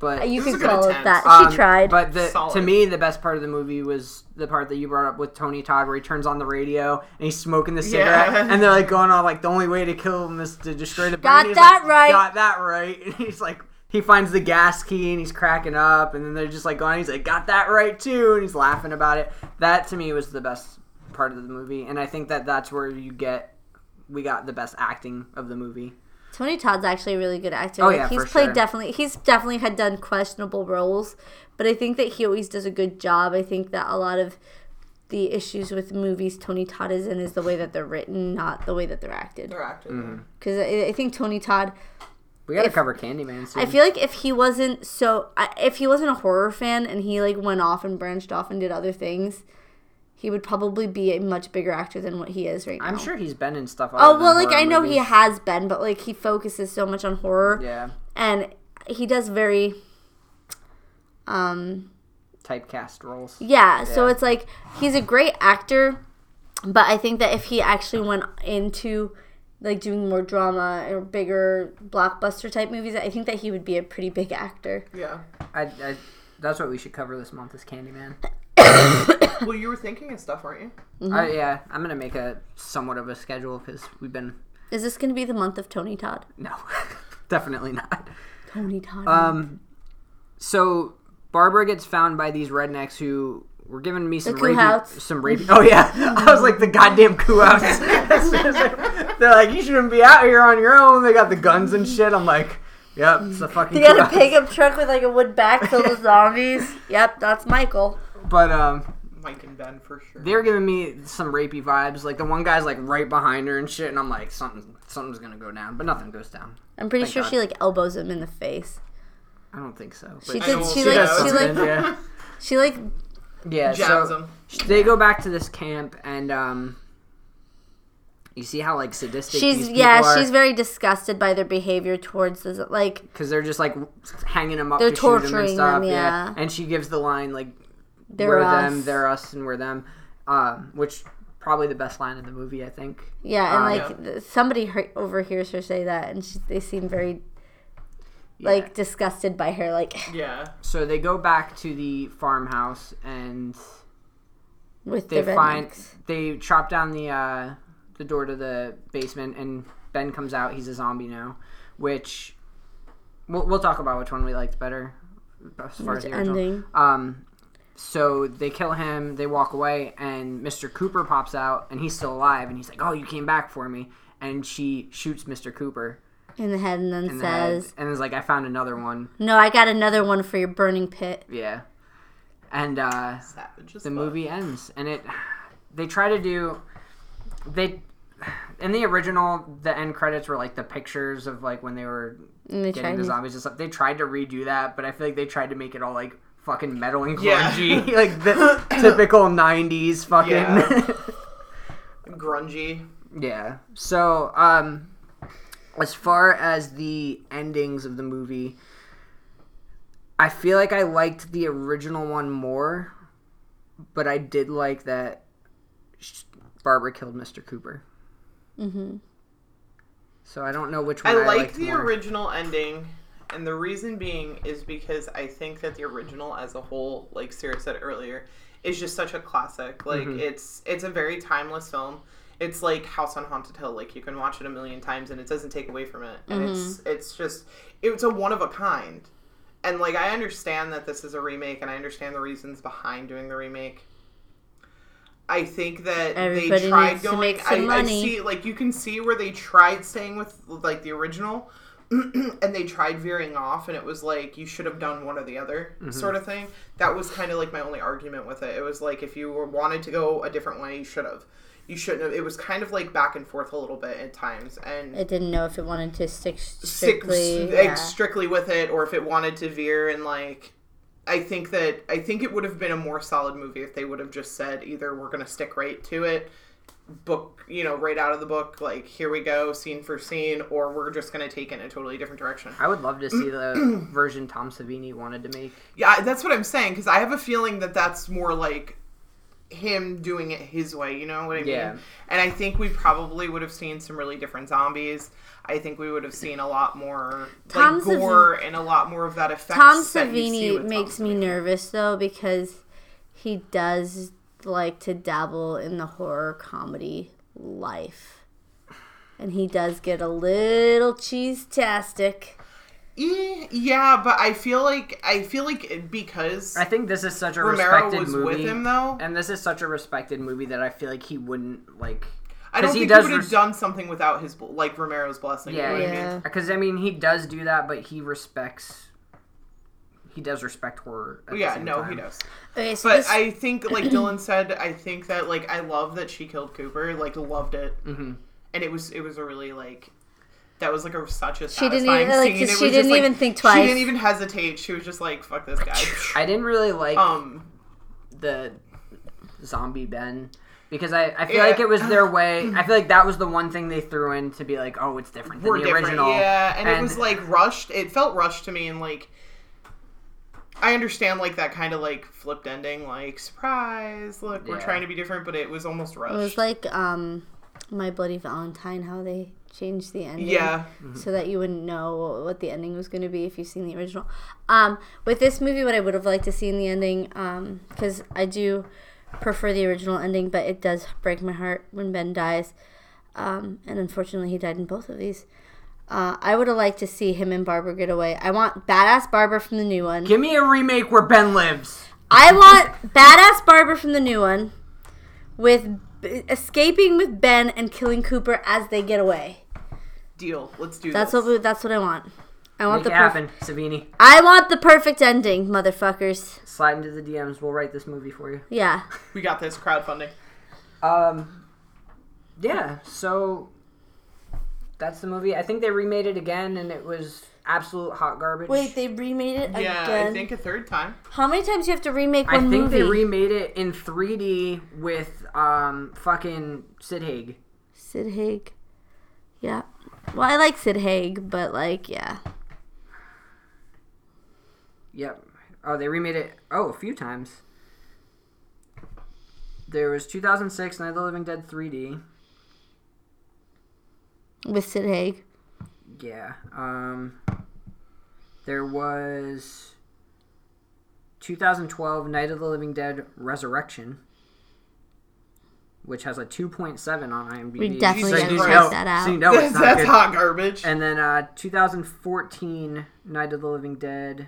Speaker 6: but
Speaker 7: you could
Speaker 8: This is a good
Speaker 7: call it
Speaker 8: attempt.
Speaker 7: that.
Speaker 6: Um,
Speaker 7: she tried.
Speaker 6: But the, to
Speaker 8: Solid.
Speaker 6: me, the best part of the movie was the part that you brought up with Tony Todd, where he turns on the radio and he's smoking the cigarette,
Speaker 8: Yeah.
Speaker 6: and they're like going on like the only way to kill him is to destroy the.
Speaker 7: Got
Speaker 6: brain." He's
Speaker 7: that
Speaker 6: like,
Speaker 7: right.
Speaker 6: Got that right. And he's like, he finds the gas key and he's cracking up, and then they're just like going. He's like, got that right too, and he's laughing about it. That to me was the best part of the movie, and I think that that's where you get. We got the best acting of the movie.
Speaker 7: Tony Todd's actually a really good actor.
Speaker 6: Oh,
Speaker 7: Like,
Speaker 6: yeah,
Speaker 7: he's
Speaker 6: for
Speaker 7: played
Speaker 6: sure.
Speaker 7: definitely he's definitely had done questionable roles, but I think that he always does a good job. I think that a lot of the issues with movies Tony Todd is in is the way that they're written, not the way that they're acted.
Speaker 8: They're active.
Speaker 6: Mm-hmm.
Speaker 7: Because I, I think Tony Todd,
Speaker 6: We got to
Speaker 7: If-
Speaker 6: cover Candyman soon.
Speaker 7: I feel like if he wasn't so, I- if he wasn't a horror fan and he like went off and branched off and did other things, he would probably be a much bigger actor than what he is right now.
Speaker 6: I'm sure he's been in stuff. other
Speaker 7: Oh
Speaker 6: than
Speaker 7: well, like
Speaker 6: horror
Speaker 7: I know he
Speaker 6: movies.
Speaker 7: has been, but like he focuses so much on horror.
Speaker 6: Yeah,
Speaker 7: and he does very um
Speaker 6: typecast roles.
Speaker 7: yeah, so
Speaker 6: Yeah.
Speaker 7: it's like he's a great actor but i think that if he actually went into like doing more drama or bigger blockbuster type movies i think that he would be a pretty big actor
Speaker 8: Yeah.
Speaker 6: I, I, that's what we should cover this month is Candyman.
Speaker 8: Well, you were thinking of stuff, weren't you?
Speaker 7: Mm-hmm.
Speaker 6: I, yeah, I'm gonna make a somewhat of a schedule because we've been
Speaker 7: is this going to be the month of tony todd
Speaker 6: no, definitely not.
Speaker 7: tony todd
Speaker 6: Um, so Barbara gets found by these rednecks who were giving me some
Speaker 7: The Kuhouts.
Speaker 6: rapey, some rapey. Oh yeah, I was like the goddamn Kuhouts. They're like, you shouldn't be out here on your own. They got the guns and shit. I'm like, yep, it's the fucking.
Speaker 7: they got
Speaker 6: Kuhouts."
Speaker 7: a pickup truck with like a wood back filled with zombies yep that's michael
Speaker 6: But um,
Speaker 8: Mike and Ben for sure.
Speaker 6: they were giving me some rapey vibes. Like the one guy's like right behind her and shit, and I'm like, something, something's gonna go down, but nothing goes down.
Speaker 7: i'm pretty
Speaker 6: Thank
Speaker 7: sure
Speaker 6: God.
Speaker 7: she like elbows him in the face
Speaker 6: I don't think so. But
Speaker 7: she
Speaker 8: I
Speaker 7: did
Speaker 8: will
Speaker 7: she
Speaker 8: see
Speaker 7: like
Speaker 8: that.
Speaker 7: she like
Speaker 6: yeah,
Speaker 7: she like
Speaker 6: yeah.
Speaker 8: Jabs
Speaker 6: So
Speaker 8: him.
Speaker 6: they go back to this camp, and um, you see how like sadistic
Speaker 7: she's yeah she's very disgusted by their behavior towards this like
Speaker 6: because they're just like hanging them up.
Speaker 7: They're
Speaker 6: to shoot 'em
Speaker 7: torturing
Speaker 6: and stuff.
Speaker 7: them, yeah.
Speaker 6: and she gives the line like
Speaker 7: they're
Speaker 6: "We're
Speaker 7: us.
Speaker 6: them, they're us, and we're them," um, which probably the best line in the movie, I think.
Speaker 7: yeah and like th- somebody her- overhears her say that and she, they seem very like disgusted by her like
Speaker 8: Yeah.
Speaker 6: So they go back to the farmhouse and.
Speaker 7: with
Speaker 6: they
Speaker 7: the
Speaker 6: find
Speaker 7: rednecks.
Speaker 6: they chop down the uh, the door to the basement, and Ben comes out. He's a zombie now, which we'll, we'll talk about which one we liked better as far as the
Speaker 7: Which
Speaker 6: original.
Speaker 7: ending.
Speaker 6: Um, so they kill him. They walk away, and Mr. Cooper pops out, and he's still alive. And he's like, "Oh, you came back for me." And she shoots Mr. Cooper
Speaker 7: in the head and then
Speaker 6: in the head,
Speaker 7: says
Speaker 6: and is like, "I found another one."
Speaker 7: no i got another one for your burning pit
Speaker 6: Yeah, and uh,
Speaker 8: Savage as
Speaker 6: the
Speaker 8: fuck.
Speaker 6: movie ends, and it they try to do they in the original the end credits were like the pictures of like when they were
Speaker 7: And they
Speaker 6: getting
Speaker 7: tried
Speaker 6: the
Speaker 7: to-
Speaker 6: zombies and stuff. They tried to redo that, but I feel like they tried to make it all like fucking metal and
Speaker 8: Yeah.
Speaker 6: grungy, like the typical '90s fucking.
Speaker 8: Yeah. Grungy.
Speaker 6: Yeah. So, um, as far as the endings of the movie, I feel like I liked the original one more, but I did like that sh- Barbara killed Mr. Cooper.
Speaker 7: Mm-hmm.
Speaker 6: So I don't know which
Speaker 8: I
Speaker 6: one I,
Speaker 8: like
Speaker 6: liked
Speaker 8: the
Speaker 6: more.
Speaker 8: original ending, and the reason being is because I think that the original as a whole, like Sarah said earlier, is just such a classic. Like
Speaker 6: Mhm.
Speaker 8: it's it's a very timeless film. It's like House on Haunted Hill. Like you can watch it a million times and it doesn't take away from it. And
Speaker 6: Mm-hmm.
Speaker 8: it's it's just it's a one of a kind. And like I understand that this is a remake and I understand the reasons behind doing the remake. I think that they
Speaker 7: Everybody
Speaker 8: tried
Speaker 7: needs to
Speaker 8: going.
Speaker 7: make some
Speaker 8: I, I
Speaker 7: money.
Speaker 8: see, like you can see where they tried staying with like the original, and they tried veering off, and it was like you should have done one or the other sort of thing. That was kind of like my only argument with it. It was like if you were, wanted to go a different way, you should have. You shouldn't have. It was kind of like back and forth a little bit at times, and
Speaker 7: It didn't know if it wanted to stick
Speaker 8: stick
Speaker 7: strictly.
Speaker 8: s-
Speaker 7: yeah.
Speaker 8: like, strictly with it or if it wanted to veer and like I think that I think it would have been a more solid movie if they would have just said either we're going to stick right to it book you know right out of the book like here we go scene for scene or we're just going to take it in a totally different direction.
Speaker 6: I would love to see the version Tom Savini wanted to make.
Speaker 8: Yeah, that's what I'm saying because I have a feeling that that's more like him doing it his way. You know what I
Speaker 6: Yeah.
Speaker 8: mean? And I think we probably would have seen some really different zombies. I think we would have seen a lot more
Speaker 7: Tom
Speaker 8: like gore and a lot more of that effect.
Speaker 7: Tom
Speaker 8: that you see
Speaker 7: Savini
Speaker 8: with Tom
Speaker 7: makes me
Speaker 8: Savini.
Speaker 7: nervous though because he does like to dabble in the horror comedy life. And he does get a little cheese tastic.
Speaker 8: Eh, Yeah, but I feel like I feel like it- because
Speaker 6: I think this is such a
Speaker 8: Romero
Speaker 6: respected
Speaker 8: was
Speaker 6: movie.
Speaker 8: with him though.
Speaker 6: and this is such a respected movie that I feel like he wouldn't like.
Speaker 8: I don't
Speaker 6: 'cause he
Speaker 8: think he,
Speaker 6: does
Speaker 8: would have
Speaker 6: res-
Speaker 8: done something without his bl- like Romero's blessing. you know what I mean?
Speaker 7: Yeah.
Speaker 6: Because Uh, I mean, he does do that, but he respects. He does respect horror. at the
Speaker 8: Yeah,
Speaker 6: same
Speaker 8: no,
Speaker 6: time.
Speaker 8: he does.
Speaker 7: Okay, so
Speaker 8: But
Speaker 7: this,
Speaker 8: I think, like Dylan said, I think that like I love that she killed Cooper. Like loved it, mm-hmm. and it was it was a really like that was like a such a
Speaker 7: She didn't
Speaker 8: satisfying
Speaker 7: even- like,
Speaker 8: scene. It
Speaker 7: she
Speaker 8: was
Speaker 7: didn't
Speaker 8: like-
Speaker 7: even think
Speaker 8: She
Speaker 7: twice.
Speaker 8: didn't even hesitate. She was just like, "Fuck this guy."
Speaker 6: I didn't really like
Speaker 8: um,
Speaker 6: the zombie Ben because I, I feel
Speaker 8: Yeah.
Speaker 6: like it was their way. I feel like that was the one thing they threw in to be like, oh, it's different than
Speaker 8: we're
Speaker 6: the
Speaker 8: different,
Speaker 6: original.
Speaker 8: yeah. And, it was like rushed. It felt rushed to me, and like I understand like that kind of like flipped ending, like surprise. Look, we're
Speaker 6: Yeah.
Speaker 8: trying to be different, but it was almost rushed.
Speaker 7: it was like um my bloody Valentine how they changed the ending.
Speaker 8: yeah,
Speaker 7: so that you wouldn't know what the ending was going to be if you've seen the original. Um, with this movie, what I would have liked to see in the ending, because I do prefer the original ending, but it does break my heart when Ben dies, um, and unfortunately, he died in both of these. Uh, I would have liked to see him and Barbara get away. I want badass Barbara from the new one.
Speaker 6: give me a remake where Ben lives.
Speaker 7: I want badass Barbara from the new one, with b- escaping with Ben and killing Cooper as they get away.
Speaker 8: deal. Let's do
Speaker 7: That's
Speaker 8: this.
Speaker 7: what we, that's what I want. I want
Speaker 6: Make it
Speaker 7: the perfect.
Speaker 6: happen, Savini.
Speaker 7: I want the perfect ending, motherfuckers.
Speaker 6: Slide into the DMs. We'll write this movie for you.
Speaker 7: Yeah.
Speaker 8: we got this crowdfunding.
Speaker 6: Um, yeah. So that's the movie. I think they remade it again, and it was absolute hot garbage.
Speaker 7: Wait, they remade it
Speaker 8: Yeah,
Speaker 7: again.
Speaker 8: I think a third time.
Speaker 7: How many times do you have to remake
Speaker 6: I
Speaker 7: one
Speaker 6: think
Speaker 7: movie?
Speaker 6: they remade it in 3D with um fucking Sid Haig.
Speaker 7: Sid Haig. Yeah. Well, I like Sid Haig, but like, yeah.
Speaker 6: Yep. Oh, they remade it. Oh, a few times. There was 2006 Night of the Living Dead 3D.
Speaker 7: With Sid Haig.
Speaker 6: Yeah. Um. There was 2012 Night of the Living Dead Resurrection, which has a 2.7 on IMDb.
Speaker 7: We definitely
Speaker 8: Jesus
Speaker 6: so you
Speaker 8: Christ.
Speaker 6: know,
Speaker 7: that out.
Speaker 6: So you know it's not
Speaker 8: That's
Speaker 6: good.
Speaker 8: hot garbage.
Speaker 6: And then uh, 2014 Night of the Living Dead.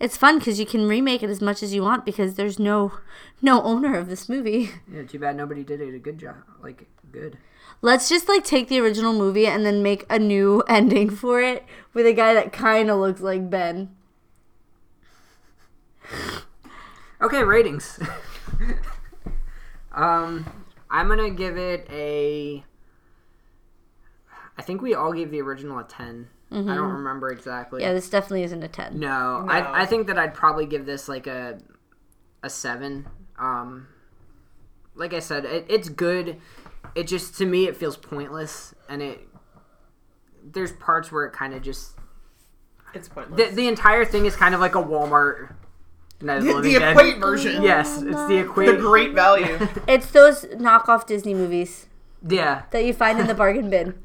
Speaker 7: It's fun because you can remake it as much as you want because there's no no owner of this movie.
Speaker 6: Yeah, too bad nobody did it a good job. Like good.
Speaker 7: Let's just like take the original movie and then make a new ending for it with a guy that kind of looks like Ben.
Speaker 6: Okay, ratings. Um, I'm gonna give it a. I think we all gave the original a 10 I don't
Speaker 7: Mhm.
Speaker 6: remember exactly.
Speaker 7: Yeah, this definitely isn't a 10.
Speaker 6: No,
Speaker 7: No.
Speaker 6: I I think that I'd probably give this like a a seven. Um, like I said, it, it's good. It just to me it feels pointless, and it there's parts where it kind of just
Speaker 8: It's
Speaker 6: the,
Speaker 8: pointless.
Speaker 6: the entire thing is kind of like a Walmart. Night of
Speaker 8: The-
Speaker 6: Living
Speaker 8: the
Speaker 6: Dead.
Speaker 8: equate version.
Speaker 6: Yes, it's the equate.
Speaker 8: The great value.
Speaker 7: It's those knockoff Disney movies
Speaker 6: Yeah.
Speaker 7: that you find in the bargain bin.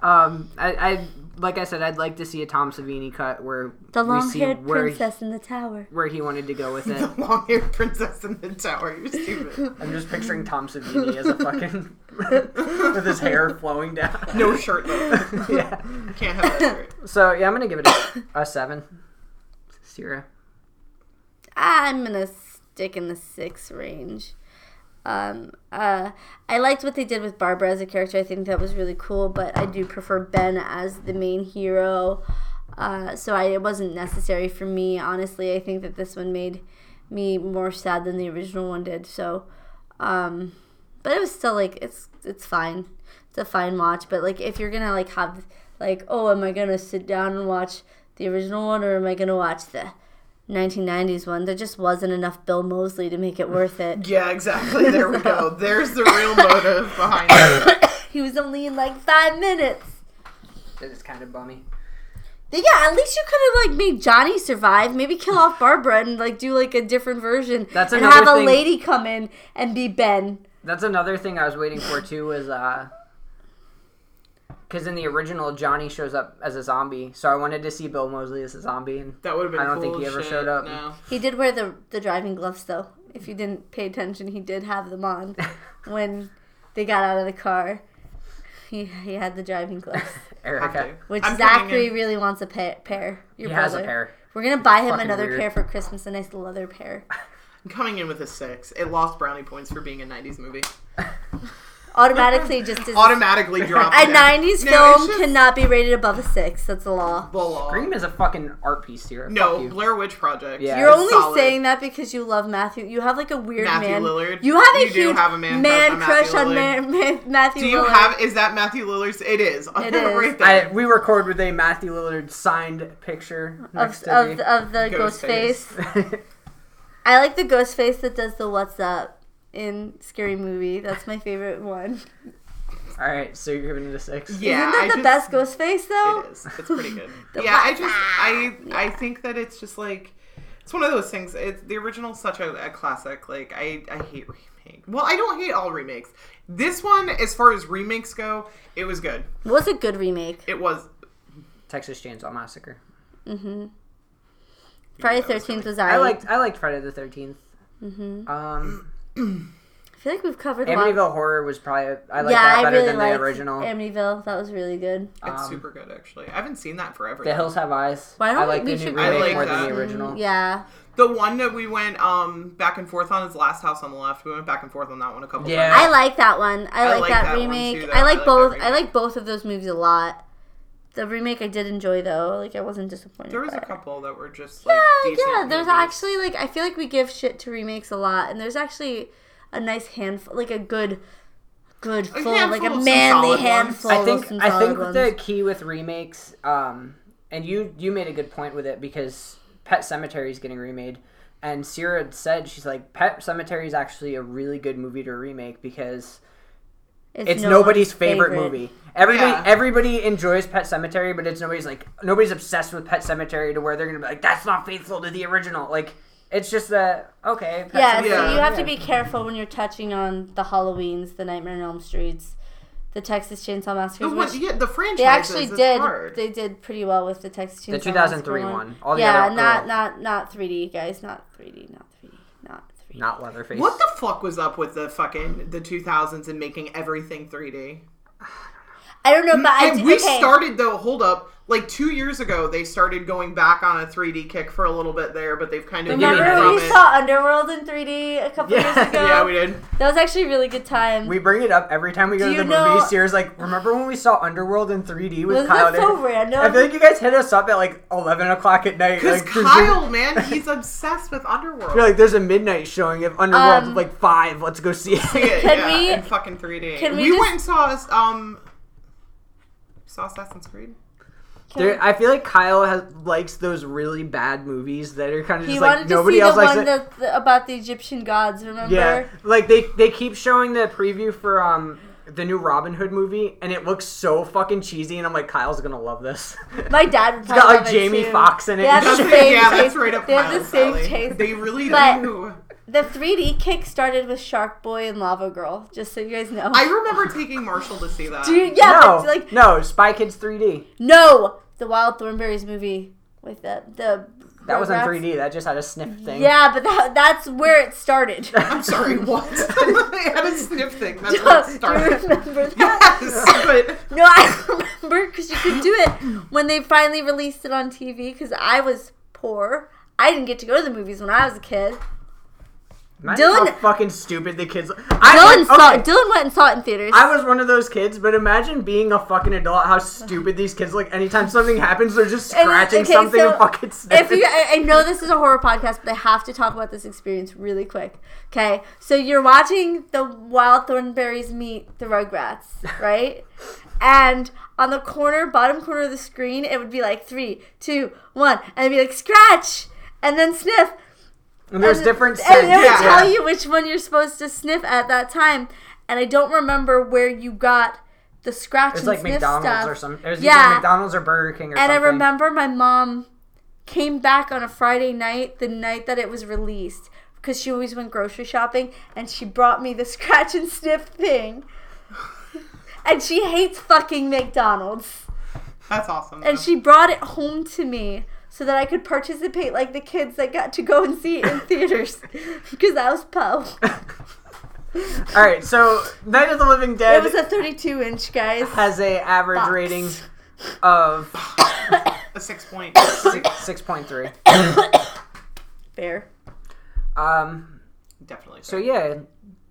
Speaker 6: Um, I, I like I said, I'd like to see a Tom Savini cut where
Speaker 7: The
Speaker 6: we
Speaker 7: long
Speaker 6: see
Speaker 7: haired
Speaker 6: where
Speaker 7: princess in the tower.
Speaker 6: where he wanted to go with it.
Speaker 8: Long haired princess in the tower. You're stupid.
Speaker 6: I'm just picturing Tom Savini as a fucking with his hair flowing down.
Speaker 8: No shirt though.
Speaker 6: yeah.
Speaker 8: Can't have that shirt.
Speaker 6: So yeah, I'm gonna give it a, a seven. Zero.
Speaker 7: I'm gonna stick in the six range. Um, uh, I liked what they did with Barbara as a character. I think that was really cool, but I do prefer Ben as the main hero. Uh, so I, it wasn't necessary for me, honestly. I think that this one made me more sad than the original one did. So, um, but it was still like it's it's fine. It's a fine watch. But like if you're gonna like have like oh, am I gonna sit down and watch the original one or am I gonna watch the 1990s one. There just wasn't enough Bill Mosley to make it worth it.
Speaker 8: Yeah, exactly. There we go. There's the real motive behind it.
Speaker 7: He was only in like five minutes.
Speaker 6: That is kind of bummy.
Speaker 7: But yeah, at least you could have like made Johnny survive. Maybe kill off Barbara and like do like a different version.
Speaker 6: That's
Speaker 7: and
Speaker 6: another
Speaker 7: have a
Speaker 6: thing-
Speaker 7: lady come in and be Ben.
Speaker 6: That's another thing I was waiting for too. Was uh. Because in the original, Johnny shows up as a zombie, so I wanted to see Bill Mosley as a zombie, and
Speaker 8: That would have been
Speaker 6: I don't
Speaker 8: cool
Speaker 6: think he
Speaker 8: as
Speaker 6: ever
Speaker 8: shit.
Speaker 6: showed up.
Speaker 8: No.
Speaker 7: He did wear the the driving gloves though. If you didn't pay attention, he did have them on when they got out of the car. He, he had the driving gloves,
Speaker 8: Have
Speaker 6: Erica.
Speaker 8: to.
Speaker 7: which
Speaker 8: I'm
Speaker 7: Zachary
Speaker 8: putting in-
Speaker 7: really wants a pair. pair your
Speaker 6: He
Speaker 7: brother.
Speaker 6: has a pair.
Speaker 7: We're gonna buy him
Speaker 6: Fucking
Speaker 7: another
Speaker 6: weird.
Speaker 7: pair for Christmas, a nice leather pair.
Speaker 8: I'm coming in with a six. It lost brownie points for being a '90s movie.
Speaker 7: Automatically, just as
Speaker 8: Automatically dropped.
Speaker 7: a
Speaker 8: down.
Speaker 7: '90s
Speaker 8: No,
Speaker 7: film
Speaker 8: it's just
Speaker 7: cannot be rated above a six. That's the law.
Speaker 8: the law.
Speaker 6: Scream is a fucking art piece here.
Speaker 8: No,
Speaker 6: Fuck you.
Speaker 8: Blair Witch Project.
Speaker 6: Yeah.
Speaker 7: You're
Speaker 6: it's
Speaker 7: only
Speaker 8: solid.
Speaker 7: saying that because you love Matthew. You have like a weird
Speaker 8: Matthew
Speaker 7: man.
Speaker 8: Lillard.
Speaker 7: You have a
Speaker 8: You do
Speaker 7: huge
Speaker 8: have a man crush
Speaker 7: crush
Speaker 8: on
Speaker 7: on
Speaker 8: Matthew
Speaker 7: Ma- Ma- Matthew.
Speaker 8: Do you
Speaker 7: Lillard.
Speaker 8: have? Is that Matthew Lillard's? It is.
Speaker 7: It is.
Speaker 8: right
Speaker 6: I,
Speaker 8: there.
Speaker 6: we record with a Matthew Lillard signed picture next
Speaker 7: of
Speaker 6: to
Speaker 7: of,
Speaker 6: me.
Speaker 7: of the ghost
Speaker 8: Ghostface.
Speaker 7: face? I like the ghost face that does the "What's up" in scary movie. That's my favorite one.
Speaker 6: All right, so you're giving it a six.
Speaker 8: yeah,
Speaker 7: Isn't that
Speaker 8: I
Speaker 7: the
Speaker 8: just-
Speaker 7: best ghost face though?
Speaker 8: It is. It's pretty good.
Speaker 7: The
Speaker 8: yeah, I
Speaker 7: black-
Speaker 8: just I I think that it's just like it's one of those things. It's the original's such a, a classic. Like I I hate remake. Well, I don't hate all remakes. This one, as far as remakes go, it was good.
Speaker 7: Was a good remake.
Speaker 8: It was.
Speaker 6: Texas Chainsaw Massacre.
Speaker 7: Friday Thirteenth was
Speaker 6: I
Speaker 7: alright.
Speaker 6: liked I liked Friday the 13th Um,
Speaker 7: I feel like we've covered a lot.
Speaker 6: Amityville Horror was probably I like
Speaker 7: yeah,
Speaker 6: that
Speaker 7: I
Speaker 6: better
Speaker 7: really
Speaker 6: than
Speaker 7: liked
Speaker 6: the original.
Speaker 7: Amityville. That was really good.
Speaker 8: It's
Speaker 6: Um,
Speaker 8: super good actually. I haven't seen that forever.
Speaker 6: the Hills Have Eyes.
Speaker 7: Why don't
Speaker 6: I like
Speaker 7: we-
Speaker 6: the
Speaker 7: we
Speaker 6: new
Speaker 7: should- Mm,
Speaker 8: I
Speaker 6: remake
Speaker 8: like
Speaker 6: more than
Speaker 8: that.
Speaker 6: the original.
Speaker 7: Yeah.
Speaker 8: The one that we went um back and forth on is Last House on the Left. We went back and forth on that one a couple
Speaker 6: Yeah.
Speaker 8: times.
Speaker 7: I like that one. I, like, that,
Speaker 8: one,
Speaker 7: remake.
Speaker 8: too, though.
Speaker 7: I like
Speaker 8: I like that
Speaker 7: both. I
Speaker 8: remake.
Speaker 7: like both of those movies a lot. The remake I did enjoy though. Like I wasn't disappointed.
Speaker 8: There was
Speaker 7: by
Speaker 8: a
Speaker 7: it.
Speaker 8: couple that were just like
Speaker 7: Yeah,
Speaker 8: decent
Speaker 7: yeah. There's
Speaker 8: movies.
Speaker 7: actually like I feel like we give shit to remakes a lot, and there's actually a nice handful, like a good, good full, like
Speaker 8: handful of
Speaker 7: a
Speaker 8: some
Speaker 7: manly
Speaker 8: solid ones.
Speaker 7: handful.
Speaker 6: I
Speaker 7: of
Speaker 6: think
Speaker 7: some
Speaker 6: I think
Speaker 7: solid
Speaker 6: the
Speaker 7: ones.
Speaker 6: key with remakes, um, and you you made a good point with it because Pet Cemetery is getting remade, and Sierra had said she's like Pet Cemetery is actually a really good movie to remake because it's
Speaker 7: no
Speaker 6: nobody's
Speaker 7: one's
Speaker 6: favorite, movie. Everybody
Speaker 8: Yeah.
Speaker 6: everybody enjoys Pet Cemetery, but it's nobody's like nobody's obsessed with Pet Cemetery to where they're gonna be like that's not faithful to the original. Like it's just that okay. Pet
Speaker 7: Yeah,
Speaker 6: Cemetery-
Speaker 7: so you have to
Speaker 6: yeah.
Speaker 7: be careful when you're touching on the Halloweens, the Nightmare on Elm Streets, the Texas Chainsaw Massacre.
Speaker 8: the
Speaker 7: which
Speaker 8: one, yeah, the franchise.
Speaker 7: they actually did.
Speaker 8: Hard.
Speaker 7: They did pretty well with the Texas Chainsaw.
Speaker 6: The 2003
Speaker 7: Massacre
Speaker 6: one. All the
Speaker 7: yeah,
Speaker 6: other-
Speaker 7: not
Speaker 6: oh.
Speaker 7: not not 3D guys, not 3D, not 3D, not 3D.
Speaker 6: not Leatherface.
Speaker 8: What the fuck was up with the fucking the 2000s and making everything 3D?
Speaker 7: I don't know, but I
Speaker 8: and
Speaker 7: d-
Speaker 8: we
Speaker 7: okay.
Speaker 8: started though. Hold up, like two years ago, they started going back on a 3D kick for a little bit there, but they've kind of
Speaker 7: Remember
Speaker 8: given
Speaker 7: we
Speaker 8: from it.
Speaker 7: saw uh, Underworld in 3D a couple years ago?
Speaker 8: yeah, we did.
Speaker 7: That was actually a really good time.
Speaker 6: We bring it up every time we go
Speaker 7: Do
Speaker 6: to the
Speaker 7: you know-
Speaker 6: movies. Sears like, remember when we saw Underworld in 3D with
Speaker 7: Wasn't
Speaker 6: Kyle?
Speaker 7: that so
Speaker 6: Davis?"
Speaker 7: random?
Speaker 6: I feel like you guys hit us up at like 11 o'clock at night.
Speaker 8: Because
Speaker 6: like, there's a-
Speaker 8: Kyle, man, he's obsessed with Underworld.
Speaker 6: I feel like there's a midnight showing of Underworld
Speaker 7: Um,
Speaker 6: like five. Let's go see it.
Speaker 8: Yeah,
Speaker 7: Can
Speaker 8: yeah,
Speaker 7: we-
Speaker 8: in fucking 3D.
Speaker 7: can we
Speaker 8: we
Speaker 7: just-
Speaker 8: went and saw us, um saw Assassin's Creed.
Speaker 6: There, I feel like Kyle has, likes those really bad movies that are kind of
Speaker 7: he
Speaker 6: just
Speaker 7: wanted
Speaker 6: like
Speaker 7: to
Speaker 6: nobody
Speaker 7: see the
Speaker 6: else likes
Speaker 7: one
Speaker 6: it.
Speaker 7: that, the, about the Egyptian gods, remember?
Speaker 6: Yeah, like they they keep showing the preview for um the new Robin Hood movie, and it looks so fucking cheesy, and I'm like, Kyle's gonna love this.
Speaker 7: My dad would
Speaker 6: got,
Speaker 7: probably
Speaker 6: like,
Speaker 7: love it,
Speaker 6: Jamie
Speaker 7: too.
Speaker 6: Foxx in it.
Speaker 7: They have the
Speaker 8: That's-
Speaker 7: same
Speaker 8: yeah, that's
Speaker 7: taste-
Speaker 8: right up
Speaker 7: They have the
Speaker 8: Kyle's
Speaker 7: same
Speaker 8: alley.
Speaker 7: taste.
Speaker 8: They really
Speaker 7: But-
Speaker 8: do.
Speaker 7: The 3D kick started with Shark Boy and Lava Girl, just so you guys know.
Speaker 8: I remember taking Marshall to see that.
Speaker 7: Do you, yeah,
Speaker 6: no,
Speaker 7: but like
Speaker 6: no, Spy Kids 3D.
Speaker 7: no, the Wild Thornberries movie with the the
Speaker 6: That was in
Speaker 7: rats.
Speaker 6: 3D. That just had a sniff thing.
Speaker 7: Yeah, but that, that's where it started.
Speaker 8: I'm sorry, what? I had a sniff thing. That's where it
Speaker 7: Do you
Speaker 8: started.
Speaker 7: remember that?
Speaker 8: Yes, but
Speaker 7: No, I remember because you could do it when they finally released it on TV. Because I was poor, I didn't get to go to the movies when I was a kid.
Speaker 6: Imagine
Speaker 7: Dylan-
Speaker 6: how fucking stupid the kids. I
Speaker 7: Dylan
Speaker 6: like,
Speaker 7: saw.
Speaker 6: okay,
Speaker 7: Dylan went and saw it in theaters.
Speaker 6: I was one of those kids, but imagine being a fucking adult. How stupid these kids look! Anytime something happens, they're just
Speaker 7: And-
Speaker 6: scratching
Speaker 7: okay,
Speaker 6: something
Speaker 7: so
Speaker 6: and fucking
Speaker 7: if
Speaker 6: sniffing.
Speaker 7: you, I, I know this is a horror podcast, but I have to talk about this experience really quick. Okay, so you're watching the Wild Thornberries meet the Rugrats, right? and on the corner, bottom corner of the screen, it would be like three, two, one, and it'd be like scratch, and then sniff.
Speaker 6: and there's different
Speaker 7: and
Speaker 6: scents.
Speaker 7: it would
Speaker 8: Yeah.
Speaker 7: tell you which one you're supposed to sniff at that time. And I don't remember where you got the scratch
Speaker 6: It's
Speaker 7: and
Speaker 6: like
Speaker 7: sniff
Speaker 6: McDonald's
Speaker 7: stuff.
Speaker 6: or something. It was
Speaker 7: Yeah.
Speaker 6: either McDonald's or Burger King or
Speaker 7: And I
Speaker 6: something.
Speaker 7: remember my mom came back on a Friday night, the night that it was released, because she always went grocery shopping, and she brought me the scratch and sniff thing. and she hates fucking McDonald's.
Speaker 8: that's awesome.
Speaker 7: And
Speaker 8: though.
Speaker 7: she brought it home to me so that I could participate like the kids that got to go and see it in theaters, because I was po.
Speaker 6: All right, so Night of the Living
Speaker 7: It
Speaker 6: Dead
Speaker 7: was a 32 inch, guys.
Speaker 6: has a average
Speaker 7: Box.
Speaker 6: rating of
Speaker 8: a six point.
Speaker 6: six point three.
Speaker 7: Fair.
Speaker 6: Um,
Speaker 8: Definitely.
Speaker 6: so yeah,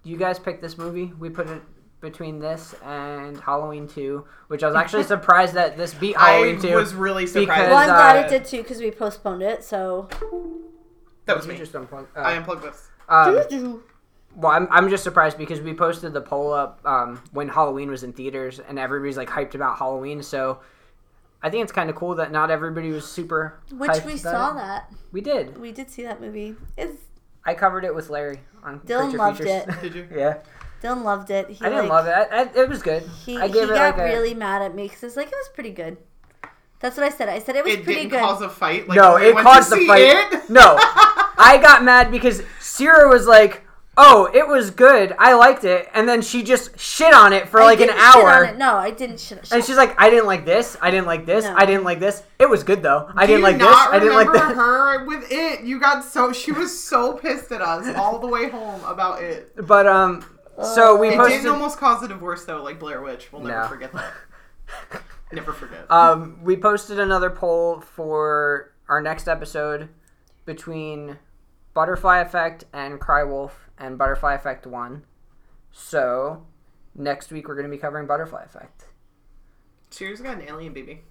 Speaker 6: you guys picked this movie. We put it between this and Halloween Two, which I was actually surprised that this beat
Speaker 8: I
Speaker 6: Halloween Two.
Speaker 8: was really surprised.
Speaker 6: Because,
Speaker 7: Well, I'm glad it
Speaker 6: uh,
Speaker 7: did too, because we postponed it, so.
Speaker 8: that was me.
Speaker 6: You just unplug- uh,
Speaker 8: I unplugged this.
Speaker 6: um, well, I'm, I'm just surprised because we posted the poll up um, when Halloween was in theaters, and everybody's like hyped about Halloween. So I think it's kind of cool that not everybody was super.
Speaker 7: Which
Speaker 6: hyped
Speaker 7: we
Speaker 6: about
Speaker 7: saw
Speaker 6: it.
Speaker 7: that.
Speaker 6: We did.
Speaker 7: We did see that movie. It's,
Speaker 6: I covered it with Larry on
Speaker 7: Dylan
Speaker 6: Creature
Speaker 7: loved
Speaker 6: Features.
Speaker 7: it.
Speaker 8: Did you?
Speaker 6: yeah,
Speaker 7: Dylan loved it. He,
Speaker 6: I didn't
Speaker 7: like,
Speaker 6: love it. I, I, it was good.
Speaker 7: He,
Speaker 6: I gave
Speaker 7: he
Speaker 6: it like
Speaker 7: got
Speaker 6: a
Speaker 7: really mad at me because it's like, it was pretty good. That's what I said. I said it was
Speaker 8: It
Speaker 7: pretty
Speaker 8: didn't
Speaker 7: good.
Speaker 8: cause a fight. Like,
Speaker 6: no.
Speaker 8: we
Speaker 6: It
Speaker 8: went
Speaker 6: caused
Speaker 8: to
Speaker 6: the
Speaker 8: see
Speaker 6: fight.
Speaker 8: It?
Speaker 6: No, I got mad because Sierra was like. Oh, it was good. I liked it, and then she just shit on it for
Speaker 7: I
Speaker 6: like an
Speaker 7: didn't shit
Speaker 6: hour.
Speaker 7: on it. No, I didn't shit.
Speaker 6: And she's like, I didn't like this. I didn't like this.
Speaker 7: No.
Speaker 6: I didn't like this. It was good though. I
Speaker 8: Do
Speaker 6: didn't
Speaker 8: you
Speaker 6: like this.
Speaker 8: not
Speaker 6: I didn't like
Speaker 8: remember
Speaker 6: that.
Speaker 8: her with it. You got so she was so pissed at us all the way home about it.
Speaker 6: But um, so we
Speaker 8: It
Speaker 6: posted.
Speaker 8: did almost cause a divorce though, like Blair Witch. We'll never
Speaker 6: No.
Speaker 8: forget that. never forget.
Speaker 6: Um, we posted another poll for our next episode between Butterfly Effect and Cry Wolf and Butterfly Effect One. So next week we're going to be covering Butterfly Effect.
Speaker 8: Cheers got an alien baby.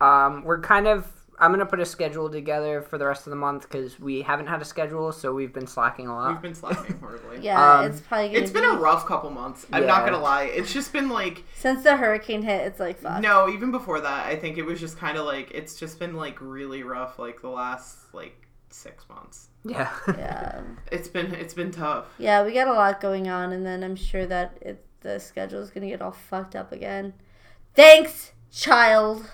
Speaker 6: Um, we're kind of. I'm going to put a schedule together for the rest of the month because we haven't had a schedule, so we've been slacking a lot.
Speaker 8: We've been slacking horribly.
Speaker 7: yeah,
Speaker 6: um,
Speaker 7: it's probably gonna
Speaker 8: It's been
Speaker 7: be-
Speaker 8: a rough couple months. I'm not
Speaker 6: Yeah.
Speaker 8: gonna lie. It's just been like
Speaker 7: since the hurricane hit. It's like fuck.
Speaker 8: no, even before that, I think it was just kind of like it's just been like really rough like the last like 6 months.
Speaker 6: yeah.
Speaker 7: Yeah.
Speaker 8: It's been it's been tough.
Speaker 7: Yeah, we got a lot going on, and then I'm sure that it, the schedule is going to get all fucked up again. Thanks, child.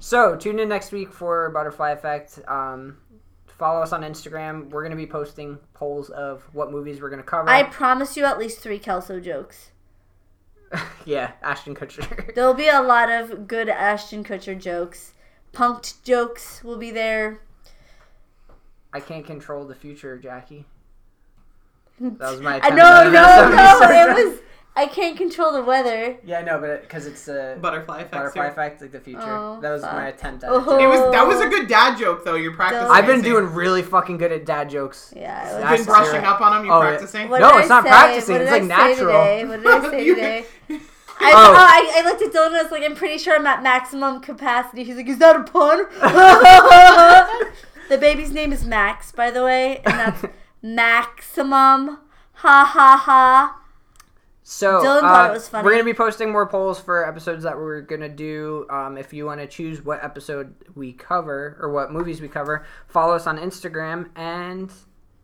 Speaker 6: So tune in next week for Butterfly Effect. Um, follow us on Instagram. We're gonna be posting polls of what movies we're gonna cover.
Speaker 7: I promise you at least three Kelso jokes.
Speaker 6: yeah, Ashton Kutcher.
Speaker 7: There'll be a lot of good Ashton Kutcher jokes. Punked jokes will be there.
Speaker 6: I can't control the future, Jackie. That was my.
Speaker 7: I
Speaker 6: attempt
Speaker 7: no,
Speaker 6: at
Speaker 7: no,
Speaker 6: a-
Speaker 7: no. It was I can't control the weather.
Speaker 6: Yeah, I know, but because it's a
Speaker 8: butterfly effect.
Speaker 6: butterfly
Speaker 8: yeah.
Speaker 6: effect, like the future.
Speaker 7: Oh,
Speaker 6: that was
Speaker 7: fuck.
Speaker 6: my attempt at it.
Speaker 7: Oh.
Speaker 8: It was that was a good dad joke though. You're practicing.
Speaker 6: I've been
Speaker 8: it.
Speaker 6: doing really fucking good at dad jokes.
Speaker 7: Yeah, it
Speaker 8: You've
Speaker 7: was-
Speaker 6: That's
Speaker 8: been brushing
Speaker 6: true.
Speaker 8: up on them. You're
Speaker 6: Oh, yeah.
Speaker 8: practicing.
Speaker 7: What
Speaker 6: No,
Speaker 7: did
Speaker 6: it's
Speaker 7: I
Speaker 6: not
Speaker 7: say?
Speaker 6: practicing,
Speaker 7: What
Speaker 6: it's,
Speaker 7: did
Speaker 6: like,
Speaker 7: I say
Speaker 6: natural.
Speaker 7: Today? What did I say
Speaker 8: You-
Speaker 7: today? I,
Speaker 6: Oh.
Speaker 7: oh, I, I looked at Dylan and I was like, I'm pretty sure I'm at maximum capacity. He's like, Is that a pun? the baby's name is Max, by the way, and that's maximum. Ha ha ha.
Speaker 6: So uh,
Speaker 7: Dylan thought it was funny.
Speaker 6: we're gonna be posting more polls for episodes that we're gonna do. Um, if you want to choose what episode we cover or what movies we cover, follow us on Instagram and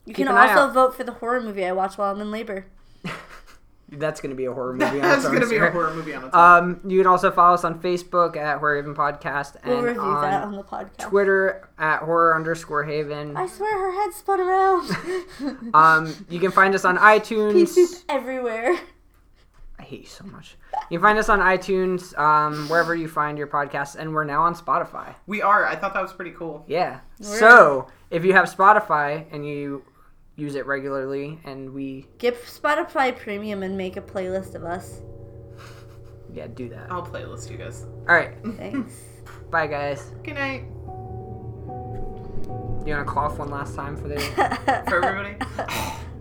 Speaker 7: You
Speaker 6: Keep
Speaker 7: can
Speaker 6: an eye
Speaker 7: also
Speaker 6: out.
Speaker 7: vote for the horror movie I watch while I'm in labor.
Speaker 6: that's gonna be a horror movie. on
Speaker 8: That's
Speaker 6: its own,
Speaker 8: gonna be a
Speaker 6: sir.
Speaker 8: horror movie on its own.
Speaker 6: Um, you can also follow us on Facebook at Horror Haven Podcast and
Speaker 7: We'll review
Speaker 6: on
Speaker 7: that on the podcast.
Speaker 6: Twitter at horror underscore Haven.
Speaker 7: I swear her head spun around.
Speaker 6: Um, you can find us on
Speaker 7: Pee
Speaker 6: iTunes.
Speaker 7: poop everywhere.
Speaker 6: I hate you so much. You can find us on iTunes, um, wherever you find your podcasts, and we're now on Spotify.
Speaker 8: we are. I thought that was pretty cool.
Speaker 6: Yeah. So if you have Spotify and you use it regularly, and we
Speaker 7: Get Spotify Premium and make a playlist of us.
Speaker 6: yeah do that. All
Speaker 8: I'll playlist you guys.
Speaker 6: right.
Speaker 7: Thanks.
Speaker 6: Bye guys.
Speaker 8: Good night
Speaker 6: You wanna cough one last time for the
Speaker 8: for everybody.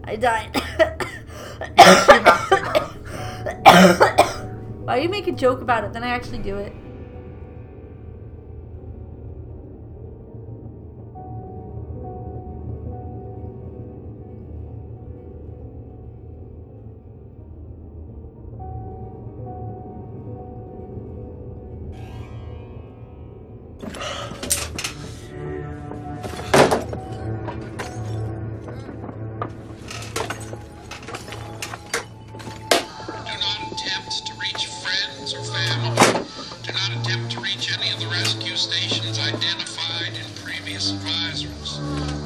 Speaker 7: I died. Why you make a joke about it? Then I actually do it.
Speaker 4: Do not attempt to reach friends or family. Do not attempt to reach any of the rescue stations identified in previous advisories.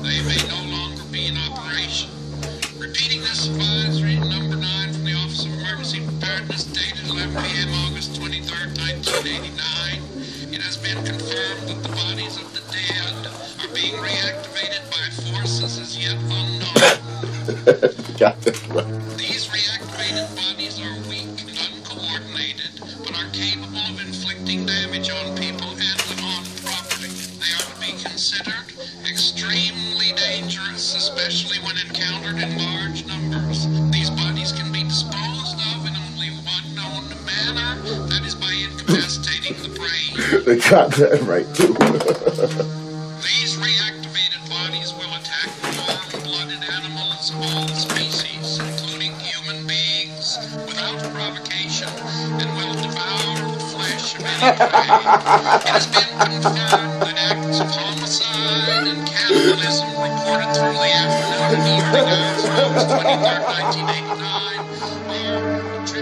Speaker 4: They may no longer be in operation. Repeating this advisory, number nine from the Office of Emergency Preparedness, dated 11 p.m. August 23rd, 1989. It has been confirmed that the bodies of the dead are being reactivated by forces as yet unknown.
Speaker 11: Got this one.
Speaker 4: These reactivated bodies are weak, uncoordinated, but are capable of inflicting damage on people and on property. They are to be considered extremely dangerous, especially when encountered in large numbers. These bodies can be disposed of in only one known manner, that is by incapacitating the brain.
Speaker 11: They got that right too.
Speaker 4: These reactivated bodies will attack warm-blooded animals of all species, including human beings, without provocation, and will devour the flesh of any prey. It has been confirmed that acts of homicide and cannibalism reported through the afternoon and evening hours of August 23rd, 1989 are